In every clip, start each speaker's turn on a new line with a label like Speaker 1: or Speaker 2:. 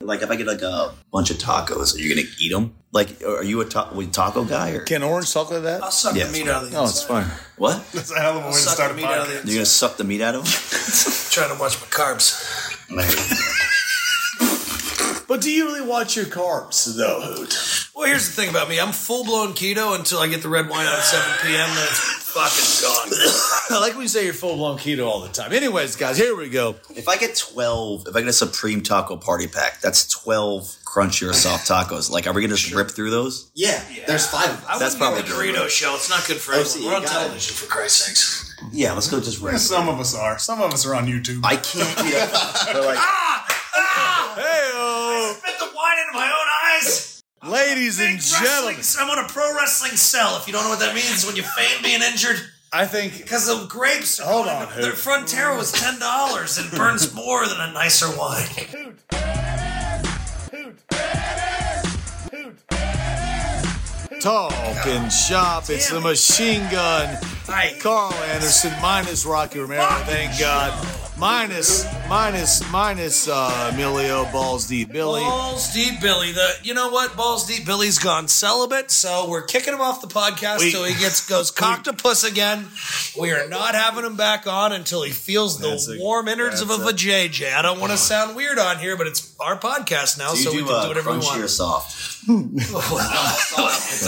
Speaker 1: like if I get like a bunch of tacos, are you gonna eat them? Like, are you a ta- we taco guy or
Speaker 2: Can orange suck like that?
Speaker 3: I'll suck
Speaker 1: Yeah,
Speaker 3: the
Speaker 1: it's
Speaker 3: meat out of the
Speaker 2: No, Oh, it's fine.
Speaker 1: what?
Speaker 4: That's a hell of a way to
Speaker 3: Suck
Speaker 4: start a
Speaker 3: the meat out of
Speaker 4: podcast.
Speaker 1: You're gonna suck the meat out of them?
Speaker 3: Trying to watch my carbs.
Speaker 2: But do you really watch your carbs, though, Hoot?
Speaker 3: Well, here's the thing about me. I'm full blown keto until I get the red wine on at 7 p.m. Then it's fucking gone.
Speaker 2: I like when you say you're full blown keto all the time. Anyways, guys, here we go.
Speaker 1: If I get twelve, if I get a supreme taco party pack, that's twelve crunchy or soft tacos. Like, are we gonna just rip through those?
Speaker 5: Yeah, there's five of us.
Speaker 3: I
Speaker 1: That's
Speaker 3: wouldn't
Speaker 1: probably
Speaker 3: give
Speaker 1: good,
Speaker 3: a Dorito
Speaker 1: right?
Speaker 3: shell. It's not good for
Speaker 5: Oh,
Speaker 3: us.
Speaker 5: see,
Speaker 3: We're on
Speaker 5: you got it.
Speaker 3: television, for Christ's sakes.
Speaker 1: Yeah, let's go just
Speaker 4: Yeah,
Speaker 1: rip.
Speaker 4: Some of us are. Some of us are on YouTube.
Speaker 1: I can't eat a. They're like,
Speaker 2: Hey,
Speaker 3: Ah! Spit the wine into my own eyes.
Speaker 2: ladies and gentlemen,
Speaker 3: I'm on a pro wrestling cell. If you don't know what that means, when you feign being injured.
Speaker 2: I think
Speaker 3: Because the grapes.
Speaker 2: Hold on,
Speaker 3: Their
Speaker 2: Hoot.
Speaker 3: Frontera was ten dollars and burns more than a nicer wine.
Speaker 2: Talk and Shop, it's the machine gun.
Speaker 3: Hey,
Speaker 2: Carl Anderson minus Rocky Romero, thank God. Minus, minus, minus uh, Emilio Balls D. Billy.
Speaker 3: Balls Deep Billy. The you know what? Balls Deep Billy's gone celibate, so we're kicking him off the podcast
Speaker 2: We-
Speaker 3: till he gets goes cock to puss again. We are not having him back on until he feels the
Speaker 2: That's a-
Speaker 3: warm innards of a vajayjay. I don't want to sound weird on here, but it's our podcast now,
Speaker 1: do you
Speaker 3: so we
Speaker 1: do,
Speaker 3: can
Speaker 1: uh,
Speaker 3: do whatever we
Speaker 1: crunchy
Speaker 3: want.
Speaker 1: or soft?
Speaker 3: It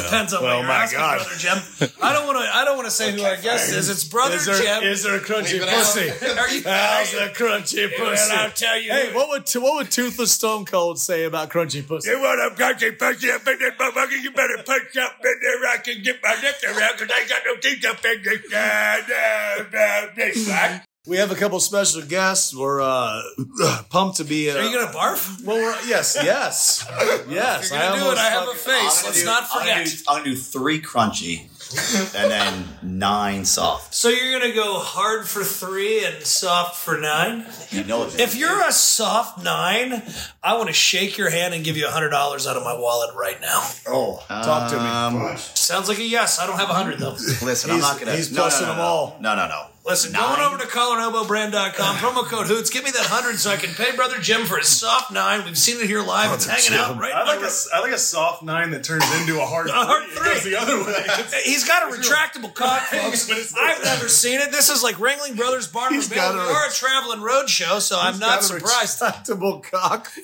Speaker 3: depends on
Speaker 2: Well,
Speaker 3: what you're
Speaker 2: my
Speaker 3: asking,
Speaker 2: God.
Speaker 3: brother Jim. I don't want to. I don't want to say who our guest is. It's brother
Speaker 2: Is there,
Speaker 3: Jim.
Speaker 2: is there a crunchy pussy?
Speaker 3: are you?
Speaker 2: How's
Speaker 3: are
Speaker 2: the
Speaker 3: you-
Speaker 2: crunchy
Speaker 3: Well, I'll
Speaker 2: pussy?
Speaker 3: tell you.
Speaker 2: Hey, what would what would Toothless Stone Cold say about crunchy pussy?
Speaker 6: want a crunchy pussy up in this motherfucker, you better punch up in there. I can get my neck around because I got no teeth up in this. Uh, uh, uh, this right?
Speaker 2: We have a couple special guests. We're uh, pumped to be. Uh,
Speaker 3: Are you gonna barf?
Speaker 2: Well, we're, yes, yes, yes.
Speaker 3: You're gonna do it.
Speaker 2: almost
Speaker 3: I have a
Speaker 2: fucking-
Speaker 3: face. Let's not
Speaker 1: I'm
Speaker 3: forget.
Speaker 1: gonna, do, I'm gonna do three crunchy, and then nine soft.
Speaker 3: So you're gonna go hard for three and soft for nine.
Speaker 1: You know it.
Speaker 3: If you're a soft nine, I want to shake your hand and give you hundred dollars out of my wallet right now.
Speaker 2: Oh, talk to me.
Speaker 1: Um,
Speaker 3: Sounds like a yes. I don't have a hundred though.
Speaker 1: listen, I'm
Speaker 2: He's-
Speaker 1: not gonna.
Speaker 2: he's
Speaker 1: no, no,
Speaker 2: busting
Speaker 1: no, no,
Speaker 2: them all.
Speaker 1: No, no, no.
Speaker 3: Listen,
Speaker 1: Nine?
Speaker 3: going over to coloradobrand.com, promo code Hoots. Give me that hundred so I can pay Brother Jim for his soft nine. We've seen it here live. it's hanging out right
Speaker 4: I like
Speaker 3: now.
Speaker 4: a, I like a soft nine that turns into a hard
Speaker 3: A hard
Speaker 4: three. It goes
Speaker 3: three.
Speaker 4: the other way.
Speaker 3: He's got a retractable cock, folks.
Speaker 4: But it's-
Speaker 3: I've never seen it. This is like Ringling Brothers Barber
Speaker 2: He's
Speaker 3: Bill.
Speaker 2: got a-
Speaker 3: We are a traveling road show, so I'm not surprised.
Speaker 2: Retractable cock, folks.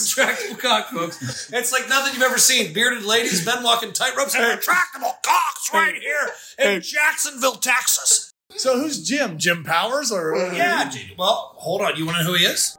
Speaker 3: It's got a retractable cock, folks. It's like nothing you've ever seen. Bearded ladies, men walking tight ropes, and retractable cocks right here in Jacksonville, Texas.
Speaker 2: So who's Jim? Jim Powers or
Speaker 3: Yeah, gee, well, hold on. You want to know who he is?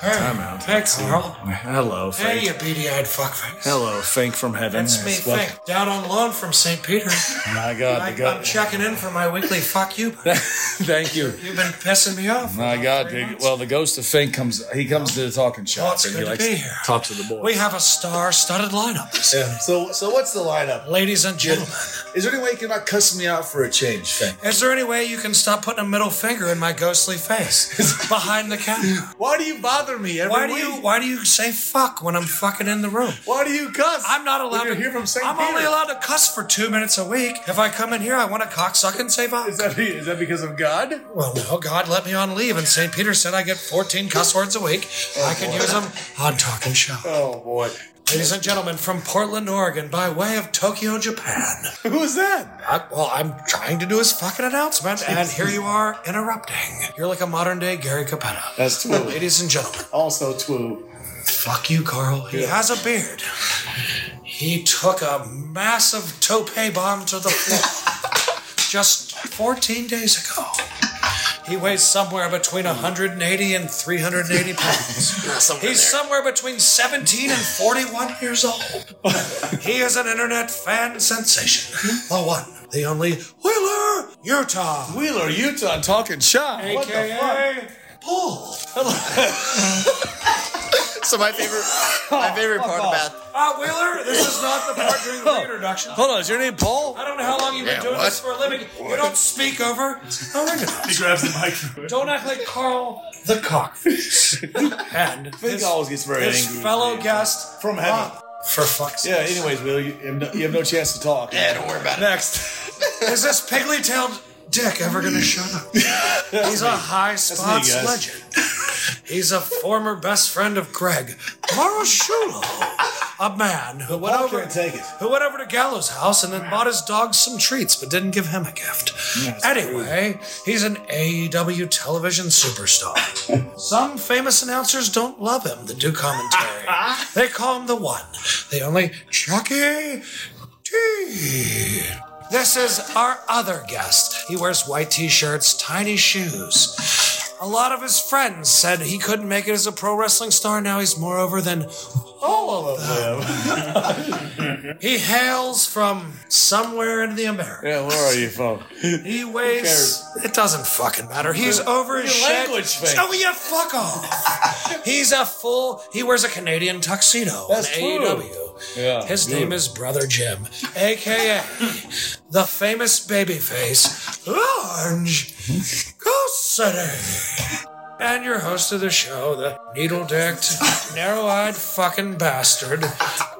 Speaker 3: Time
Speaker 2: out.
Speaker 3: Hey, Carl.
Speaker 2: Hello,
Speaker 3: Hey,
Speaker 2: Fink.
Speaker 3: you beady-eyed fuckface.
Speaker 2: Hello, Fink from heaven.
Speaker 3: That's me,
Speaker 2: Yes, well-
Speaker 3: Fink. Down on loan from St. Peter.
Speaker 2: My God,
Speaker 3: I,
Speaker 2: the
Speaker 3: I'm
Speaker 2: God.
Speaker 3: checking in for my weekly fuck you.
Speaker 2: Thank you.
Speaker 3: You've been pissing me off. for
Speaker 2: My
Speaker 3: about
Speaker 2: God,
Speaker 3: three
Speaker 2: the-
Speaker 3: months.
Speaker 2: well, the ghost of Fink comes. He comes to the talking shop,
Speaker 3: Oh, it's
Speaker 2: and
Speaker 3: good
Speaker 2: he
Speaker 3: to
Speaker 2: likes
Speaker 3: be here.
Speaker 2: to talk to the boys.
Speaker 3: we have a star-studded lineup,
Speaker 2: Yeah. So, so what's the lineup?
Speaker 3: ladies and gentlemen.
Speaker 2: Is there any way you can not cuss me out for a change, Fink?
Speaker 3: Is there any way you can stop putting a middle finger in my ghostly face behind the camera?
Speaker 2: Why do you bother me every
Speaker 3: Why do
Speaker 2: week?
Speaker 3: you why do you say fuck when I'm fucking in the room?
Speaker 2: Why do you cuss?
Speaker 3: I'm not allowed
Speaker 2: you're
Speaker 3: to
Speaker 2: here from St.
Speaker 3: I'm
Speaker 2: Peter.
Speaker 3: only allowed to cuss for two minutes a week. If I come in here, I want to cocksuck and say fuck.
Speaker 2: Is that is that because of God?
Speaker 3: Well, no, God let me on leave, and St. Peter said I get 14 cuss words a week. I can use them on Talking Shop.
Speaker 2: Oh boy,
Speaker 3: Ladies and gentlemen, from Portland, Oregon, by way of Tokyo, Japan.
Speaker 2: who is that?
Speaker 3: I, well, I'm trying to do his fucking announcement, and here you are interrupting. You're like a modern day Gary Capetta.
Speaker 2: That's Twoo.
Speaker 3: Ladies and gentlemen,
Speaker 2: also Twoo.
Speaker 3: fuck you, Carl. He has a beard. He took a massive tope bomb to the floor just 14 days ago. He weighs somewhere between 180 and 380 pounds. He's somewhere between 17 and 41 years old. He is an internet fan sensation. The one, the only Wheeler Utah.
Speaker 2: Wheeler, Utah, talking shop. What the fuck?
Speaker 3: AKA Paul.
Speaker 5: So my favorite, my favorite part about
Speaker 3: Ah, Wheeler, this is not the part during the introduction.
Speaker 2: Hold on, is your name Paul?
Speaker 3: I don't know how long you've been
Speaker 5: Yeah,
Speaker 3: doing
Speaker 5: what?
Speaker 3: this for a living. You don't speak over. Oh, look at
Speaker 4: He
Speaker 3: that.
Speaker 4: grabs the microphone.
Speaker 3: Don't act like Carl the cockface. and
Speaker 2: Fink
Speaker 3: his,
Speaker 2: always gets very
Speaker 3: his
Speaker 2: angry.
Speaker 3: fellow guest
Speaker 2: From heaven.
Speaker 3: Ah, for fuck's
Speaker 2: Yeah.
Speaker 3: sake.
Speaker 2: Anyways, Wheeler, you have no, you have no chance to talk.
Speaker 5: yeah, don't worry about it.
Speaker 2: Next.
Speaker 3: Is this piggly-tailed dick ever going to shut up? He's a high spots
Speaker 2: guys.
Speaker 3: legend. He's a former best friend of Greg Maroshulo, a man who went
Speaker 7: Paul
Speaker 3: over
Speaker 7: can't take it.
Speaker 3: who went over to Gallo's house and then bought his dog some treats, but didn't give him a gift. anyway, he's an AEW television superstar. some famous announcers don't love him to do commentary. they call him the one, the only Chucky T. This is our other guest. He wears white t shirts, tiny shoes. A lot of his friends said he couldn't make it as a pro wrestling star. Now he's moreover than all of them. He hails from somewhere in the Americas.
Speaker 2: Yeah, where are you from?
Speaker 3: He weighs. It doesn't fucking matter. He's over his
Speaker 2: Your
Speaker 3: shit.
Speaker 2: language thing.
Speaker 3: Oh yeah, fuck off. He's a full. He wears a Canadian tuxedo.
Speaker 2: That's
Speaker 3: in
Speaker 2: true.
Speaker 3: AEW.
Speaker 2: Yeah,
Speaker 3: His name is Brother Jim, aka the famous babyface Orange Cassidy. And your host of the show, the needle dicked, narrow eyed fucking bastard,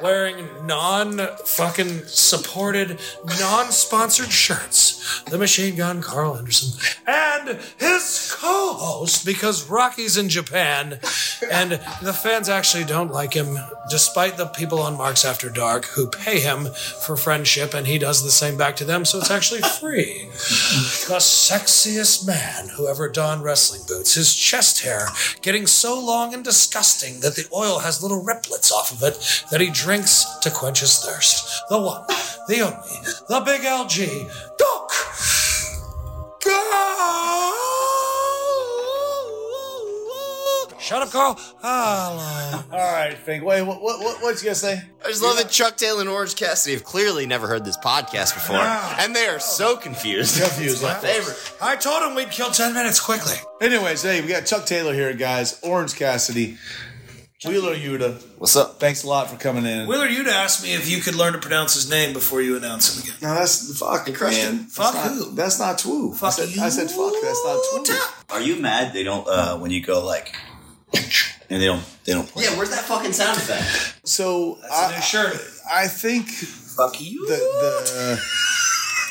Speaker 3: wearing non fucking supported, non sponsored shirts, the machine gun Carl Anderson, and his co host, because Rocky's in Japan, and the fans actually don't like him, despite the people on Marks After Dark who pay him for friendship, and he does the same back to them, so it's actually free the sexiest man who ever donned wrestling boots, his chest hair getting so long and disgusting that the oil has little riplets off of it that he drinks to quench his thirst. The one, the only, the big LG, Doc Carl. Shut up, Carl. Ah, Hello.
Speaker 2: All right, Fink. Wait, what, what, what, what you gonna say?
Speaker 8: I just love that Chuck Taylor and Orange Cassidy have clearly never heard this podcast before, and they are so confused.
Speaker 2: Confused,
Speaker 8: My
Speaker 2: of
Speaker 8: favorite.
Speaker 3: I told him we'd kill 10 minutes quickly.
Speaker 2: Anyways, hey, we got Chuck Taylor here, guys. Orange Cassidy, Wheeler Yuta.
Speaker 8: What's up?
Speaker 2: Thanks a lot for coming in.
Speaker 7: Wheeler, you'd ask me if you could learn to pronounce his name before you announce him again.
Speaker 2: No, that's fuck, man. That's
Speaker 7: Fuck
Speaker 2: not-
Speaker 7: who?
Speaker 2: That's not true. I said, I said fuck. That's not true.
Speaker 1: Are you mad they don't uh, when you go like and they don't they don't play?
Speaker 8: Yeah, where's that fucking sound effect?
Speaker 2: So
Speaker 7: New
Speaker 2: I,
Speaker 7: shirt.
Speaker 2: I think
Speaker 1: Fuck you.
Speaker 2: the the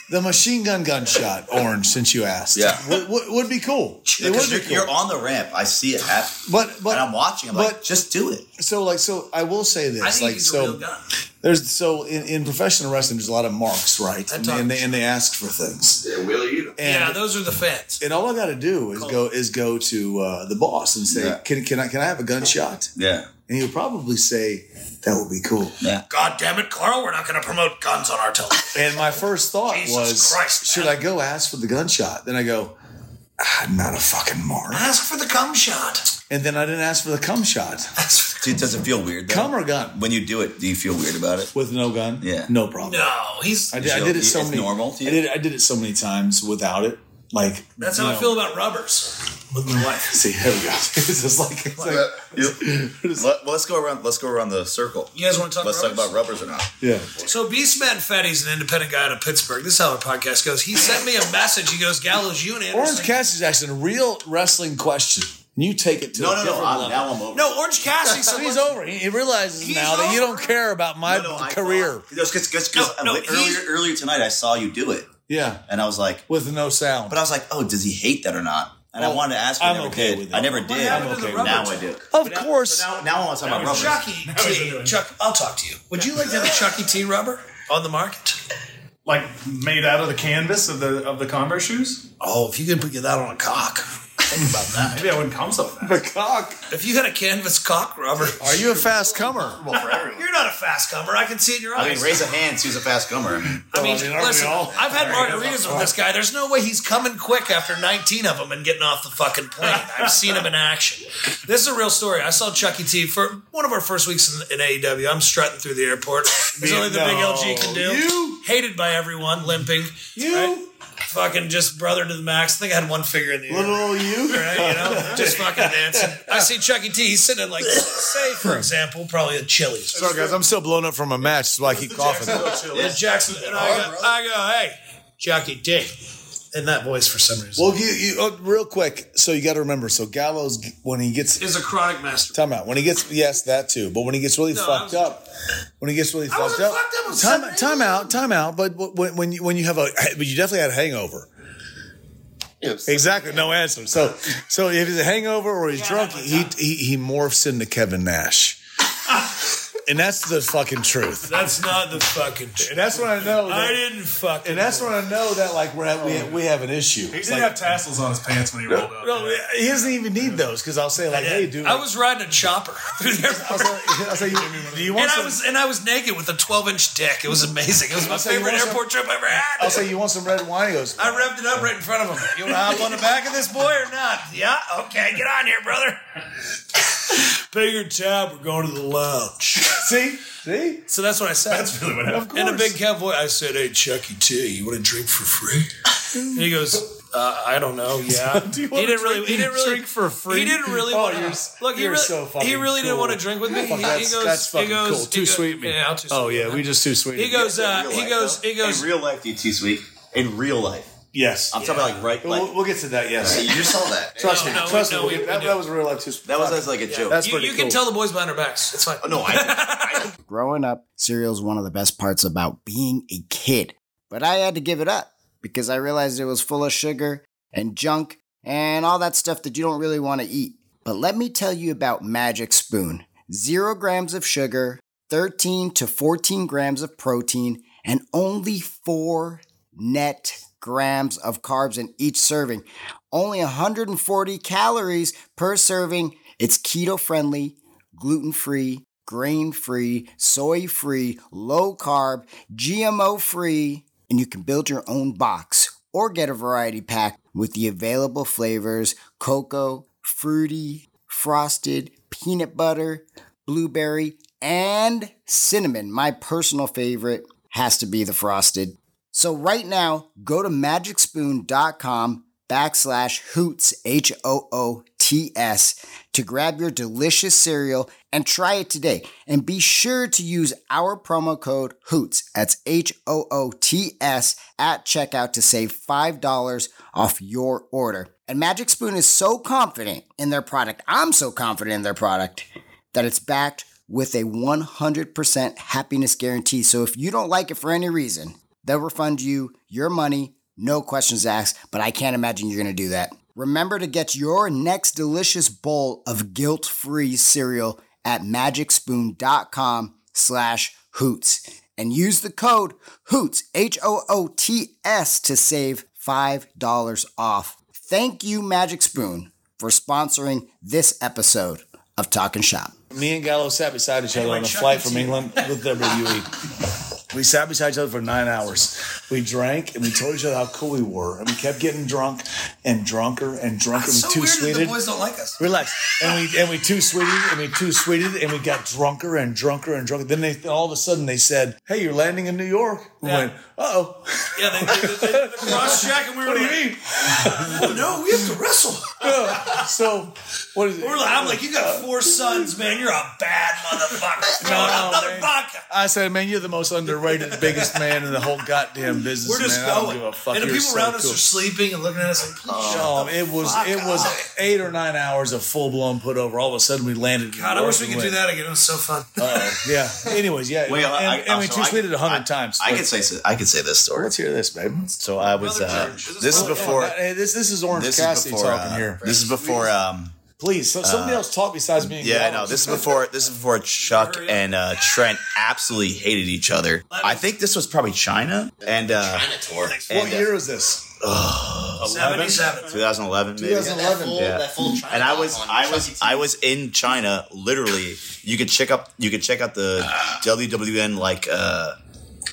Speaker 2: the machine gun gunshot orange since you asked
Speaker 1: Yeah.
Speaker 2: would, would, would be cool it would
Speaker 1: Because
Speaker 2: be
Speaker 1: you're,
Speaker 2: cool
Speaker 1: you're on the ramp. I see it happen.
Speaker 2: but but
Speaker 1: and I'm watching. I'm
Speaker 2: but-
Speaker 1: like, just do it.
Speaker 2: so like so i will say this
Speaker 7: I think
Speaker 2: like
Speaker 7: he's
Speaker 2: so
Speaker 7: a real gun.
Speaker 2: there's so in, in professional wrestling there's a lot of marks right and, they- and they and they ask for things
Speaker 8: Yeah, Wheeler, you.
Speaker 2: and
Speaker 7: Yeah, those are the fans.
Speaker 2: and all I got to do is go is go to uh, the boss and say,
Speaker 1: Yeah.
Speaker 2: "Can can I can I have a gunshot?"
Speaker 1: Yeah.
Speaker 2: And he'll probably say, "That would be cool."
Speaker 3: God damn it, Carl, we're not going to promote guns on our television.
Speaker 2: And my first thought
Speaker 3: Jesus
Speaker 2: was,
Speaker 3: Christ,
Speaker 2: "Should I go ask for the gunshot?" Then I go, ah, "Not a fucking mark."
Speaker 3: Ask for the cum shot.
Speaker 2: And then I didn't ask for the cum shot.
Speaker 1: Dude, does it feel weird though?
Speaker 2: Cum or gun?
Speaker 1: when you do it, do you feel weird about it?
Speaker 2: With no gun?
Speaker 1: Yeah.
Speaker 2: No problem.
Speaker 3: No, he's
Speaker 2: I did, I did it so
Speaker 1: e, It's
Speaker 2: many.
Speaker 1: normal to you?
Speaker 2: I did. I did it so many times without it. Like
Speaker 7: That's
Speaker 2: you
Speaker 7: how I
Speaker 2: know.
Speaker 7: feel about rubbers with my wife.
Speaker 2: See, here we go. it's just like, it's like
Speaker 1: Let, us go around. Let's go around the circle.
Speaker 7: You guys want to talk
Speaker 1: Let's talk
Speaker 7: rubbers?
Speaker 1: about rubbers or not.
Speaker 2: yeah.
Speaker 7: So Beastman Fetty's an independent guy out of Pittsburgh. This is how our podcast goes. He sent me a message. He goes, Gallows, you and Anderson.
Speaker 2: Orange Cassidy's asking a real wrestling question. And you take it to a different level.
Speaker 1: now I'm over.
Speaker 7: no, Orange Cassidy said,
Speaker 2: He's
Speaker 7: "Look,
Speaker 2: over. He, he realizes now that you don't care about my career.
Speaker 1: Because
Speaker 7: no,
Speaker 1: earlier,
Speaker 7: he's-
Speaker 1: earlier tonight, I saw you do it,
Speaker 2: Yeah,
Speaker 1: and I was like,
Speaker 2: with no sound.
Speaker 1: but I was like, oh, does he hate that or not? And
Speaker 2: Well,
Speaker 1: I wanted to ask. but
Speaker 2: I'm
Speaker 1: I never
Speaker 2: okay
Speaker 1: did.
Speaker 2: with it.
Speaker 1: I never did.
Speaker 7: happened to the rubber
Speaker 1: now I
Speaker 7: talk?
Speaker 1: do.
Speaker 2: of course.
Speaker 1: Now, now I want to talk about rubbers.
Speaker 7: Chucky E. T. Chuck, I'll talk to you. Would you like to have a Chucky T rubber on the market?
Speaker 9: Like made out of the canvas of the of the Converse shoes.
Speaker 7: Oh, if you could put that on a cock. Think about
Speaker 1: Uh,
Speaker 7: that.
Speaker 9: Maybe I wouldn't come so fast.
Speaker 7: If you had a canvas cock rubber,
Speaker 2: Are you a fast comer?
Speaker 7: you're not a fast comer. I can see it in your eyes.
Speaker 1: I mean, raise a hand. Who's a fast comer? I mean,
Speaker 7: I mean, listen, I've had margaritas with this guy. There's no way he's coming quick after 19 of them and getting off the fucking plane. I've seen him in action. This is a real story. I saw Chuck E. T for one of our first weeks in, in AEW. I'm strutting through the airport. It's only the big LG can do.
Speaker 2: You-
Speaker 7: Hated by everyone, limping.
Speaker 2: You-
Speaker 7: Fucking just brother to the max. I think I had one finger in the air.
Speaker 2: Little you?
Speaker 7: Right, you know, just fucking dancing. I see Chuck E. T. He's sitting at like, say, for example, probably a Chili's.
Speaker 2: Sorry, guys. I'm still blown up from a match, so I keep coughing.
Speaker 7: And Jackson and I go, I go, hey, Jackie D. In that voice for some reason.
Speaker 2: Well, you, you oh, real quick. So you got to remember. So Gallows, when he gets
Speaker 7: is a chronic master.
Speaker 2: time out, when he gets yes, that too. But when he gets really
Speaker 7: No, I was-
Speaker 2: fucked up, when he gets really fucked
Speaker 7: wasn't
Speaker 2: up,
Speaker 7: fucked up, I was
Speaker 2: time,
Speaker 7: seven,
Speaker 2: time out, time out. But when when you, when you have a, but you definitely had a hangover. Exactly, no answer. So, so if he's a hangover or he's drunk, he, he he morphs into Kevin Nash, and that's the fucking truth.
Speaker 3: That's not the fucking truth.
Speaker 2: And that's when I know. That,
Speaker 3: I didn't fucking.
Speaker 2: and that's when I know that like we're at, we we have an issue.
Speaker 9: He
Speaker 2: It's
Speaker 9: didn't
Speaker 2: like-
Speaker 9: have tassels on his pants when he rolled up.
Speaker 2: no, he doesn't even need those because I'll say like, hey, dude,
Speaker 3: I was riding a chopper through there.
Speaker 2: I'll say, I'll say, do you want
Speaker 3: And I
Speaker 2: some?
Speaker 3: was and I was naked with a 12 inch dick. It was amazing. It was my
Speaker 2: I'll say you
Speaker 3: favorite
Speaker 2: want some-
Speaker 3: airport trip I ever had.
Speaker 2: I'll say you want some red wine. He goes,
Speaker 3: I revved it up right in front of him. You want to hop on the back of this boy or not? Yeah, okay, get on here, brother. Pay your tab. We're going to the lounge.
Speaker 2: see, see,
Speaker 3: So that's what I said.
Speaker 9: That's really what happened.
Speaker 3: in a big cowboy, I said, "Hey, Chucky T, you want a drink for free?" And he goes. Uh, I don't know. Yeah,
Speaker 2: Do you
Speaker 3: he
Speaker 2: wanna
Speaker 3: didn't really.
Speaker 2: drink-
Speaker 3: He didn't really
Speaker 2: drink for free?
Speaker 3: He didn't really.
Speaker 2: Oh,
Speaker 3: want
Speaker 2: you're-
Speaker 3: to, look, he
Speaker 2: you're
Speaker 3: really,
Speaker 2: so fucking
Speaker 3: he really didn't
Speaker 2: cool.
Speaker 3: want to drink with me.
Speaker 2: Fuck,
Speaker 3: he,
Speaker 2: that's-
Speaker 3: he goes,
Speaker 2: that's fucking
Speaker 3: he goes,
Speaker 2: cool.
Speaker 3: he
Speaker 2: Too
Speaker 3: goes-
Speaker 2: sweet, man.
Speaker 3: Yeah, I'll too
Speaker 2: oh
Speaker 3: sweet
Speaker 2: yeah,
Speaker 3: me.
Speaker 2: we just too sweet.
Speaker 3: He goes.
Speaker 1: In
Speaker 3: Uh,
Speaker 1: real
Speaker 3: he
Speaker 1: life,
Speaker 3: goes.
Speaker 1: though.
Speaker 3: He goes.
Speaker 1: In real life, DT Sweet. In real life.
Speaker 2: yes,
Speaker 1: I'm talking about like right. Like,
Speaker 2: we'll, we'll get to that. Yes,
Speaker 1: you saw that.
Speaker 2: trust
Speaker 3: No,
Speaker 2: me,
Speaker 3: no, we-
Speaker 2: trust
Speaker 3: no,
Speaker 2: me.
Speaker 3: we-
Speaker 2: we'll get- that,
Speaker 3: we
Speaker 2: that
Speaker 3: do.
Speaker 2: was real life too.
Speaker 1: That was, that was like a joke.
Speaker 2: That's
Speaker 3: you,
Speaker 2: pretty
Speaker 3: you
Speaker 2: cool.
Speaker 3: can tell the boys behind our backs. It's fine.
Speaker 1: no, I.
Speaker 10: Growing up, cereal's one of the best parts about being a kid. But I had to give it up because I realized it was full of sugar and junk and all that stuff that you don't really want to eat. But let me tell you about Magic Spoon zero grams of sugar, 13 to 14 grams of protein, and only four net grams of carbs in each serving. Only 140 calories per serving. It's keto friendly gluten free, grain free, soy free, low carb, GMO free, and you can build your own box or get a variety pack with the available flavors cocoa, fruity, frosted, peanut butter, blueberry, and cinnamon. My personal favorite has to be the frosted. So right now, go to magicspoon.com backslash hoots, H O O T S, to grab your delicious cereal and try it today. And be sure to use our promo code hoots, that's H O O T S, at checkout to save $5 off your order. And Magic Spoon is so confident in their product, I'm so confident in their product, that it's backed with a 100% happiness guarantee. So if you don't like it for any reason, They'll refund you your money, no questions asked, but I can't imagine you're going to do that. Remember to get your next delicious bowl of guilt-free cereal at magicspoon.com slash hoots and use the code hoots, H-O-O-T-S, to save $5 off. Thank you, Magic Spoon, for sponsoring this episode of Talkin' Shop.
Speaker 2: Me and Gallo sat beside each other on a
Speaker 3: E.
Speaker 2: flight from England with WE. We sat beside each other for nine hours. We drank and we told each other how cool we were, and we kept getting drunk and drunker and drunker.
Speaker 3: It's so
Speaker 2: we too
Speaker 3: weird that the
Speaker 2: sweeted.
Speaker 3: boys don't like us.
Speaker 2: Relax, and we and we too sweeted and we too sweeted and we got drunker and drunker and drunker. Then they all of a sudden they said, "Hey, you're landing in New York." We went, "Uh oh,
Speaker 3: Yeah, they, they, they, they cross check and we were
Speaker 2: what do
Speaker 3: like,
Speaker 2: you mean?"
Speaker 3: oh, no, we have to wrestle.
Speaker 2: So what is it?
Speaker 3: We're like, I'm like, you got four sons, man. You're a bad motherfucker. No,
Speaker 2: No,
Speaker 3: another
Speaker 2: man.
Speaker 3: vodka.
Speaker 2: I said, man, you're the most underrated, biggest man in the whole goddamn business.
Speaker 3: We're just
Speaker 2: man. I don't
Speaker 3: going.
Speaker 2: give a fuck.
Speaker 3: And the
Speaker 2: You're
Speaker 3: people
Speaker 2: so
Speaker 3: around
Speaker 2: cool.
Speaker 3: us are sleeping and looking at us like, please shut
Speaker 2: Oh, it was
Speaker 3: fuck
Speaker 2: it was
Speaker 3: up.
Speaker 2: eight or nine hours of full blown put over. All of a sudden, we landed. in
Speaker 3: God, I
Speaker 2: New
Speaker 3: wish we
Speaker 2: York
Speaker 3: could do
Speaker 2: and
Speaker 3: that again. It was so fun.
Speaker 2: went, "Uh-oh." yeah. Anyways, yeah.
Speaker 1: Wait,
Speaker 2: and,
Speaker 1: I- I-
Speaker 2: and we
Speaker 1: so
Speaker 2: two
Speaker 1: I-
Speaker 2: tweeted a
Speaker 1: I-
Speaker 2: hundred times.
Speaker 1: I could say so- I could say this story.
Speaker 2: Let's hear this, babe.
Speaker 1: So I was. Uh, this is before.
Speaker 2: Uh, Hey, this this is Orange
Speaker 1: This is
Speaker 2: Cassidy
Speaker 1: before.
Speaker 2: talking
Speaker 1: uh,
Speaker 2: here.
Speaker 1: This is before. Um,
Speaker 2: Please, so, somebody else talk besides me. and
Speaker 1: yeah, I
Speaker 2: Gallo.
Speaker 1: know. This is before. This is before Chuck and uh, Trent absolutely hated each other. I think this was probably China and uh,
Speaker 2: What
Speaker 1: and, uh,
Speaker 2: year is this?
Speaker 3: 77.
Speaker 1: 2011. Maybe.
Speaker 2: 2011.
Speaker 1: Yeah. and I was I was I was in China literally. You could check up you could check out the WWN like uh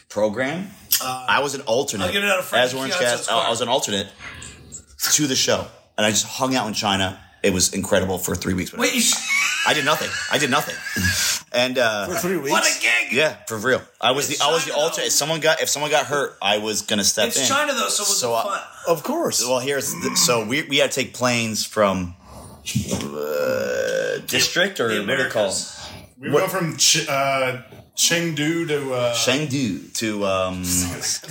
Speaker 1: program. I was an alternate
Speaker 3: Uh, I'll give it out of Frank
Speaker 1: as Orange
Speaker 3: Piazza's
Speaker 1: Cass. I, I was an alternate to the show, and I just hung out in China. It was incredible for three weeks.
Speaker 3: Wait, you-
Speaker 1: I did nothing. I did nothing. And uh,
Speaker 2: For three weeks.
Speaker 3: what a gig.
Speaker 1: yeah, for real. I was the I was the
Speaker 3: China, though.
Speaker 1: alternate. If someone got if someone got hurt, I was gonna step in.
Speaker 3: It's China, though, so it was
Speaker 1: So I-
Speaker 3: fun.
Speaker 2: Of course.
Speaker 1: Well, here's the, so we we had to take planes from uh, district or what do you call
Speaker 3: Americas.
Speaker 9: We go from Ch- uh, Chengdu to uh,
Speaker 1: Chengdu to um.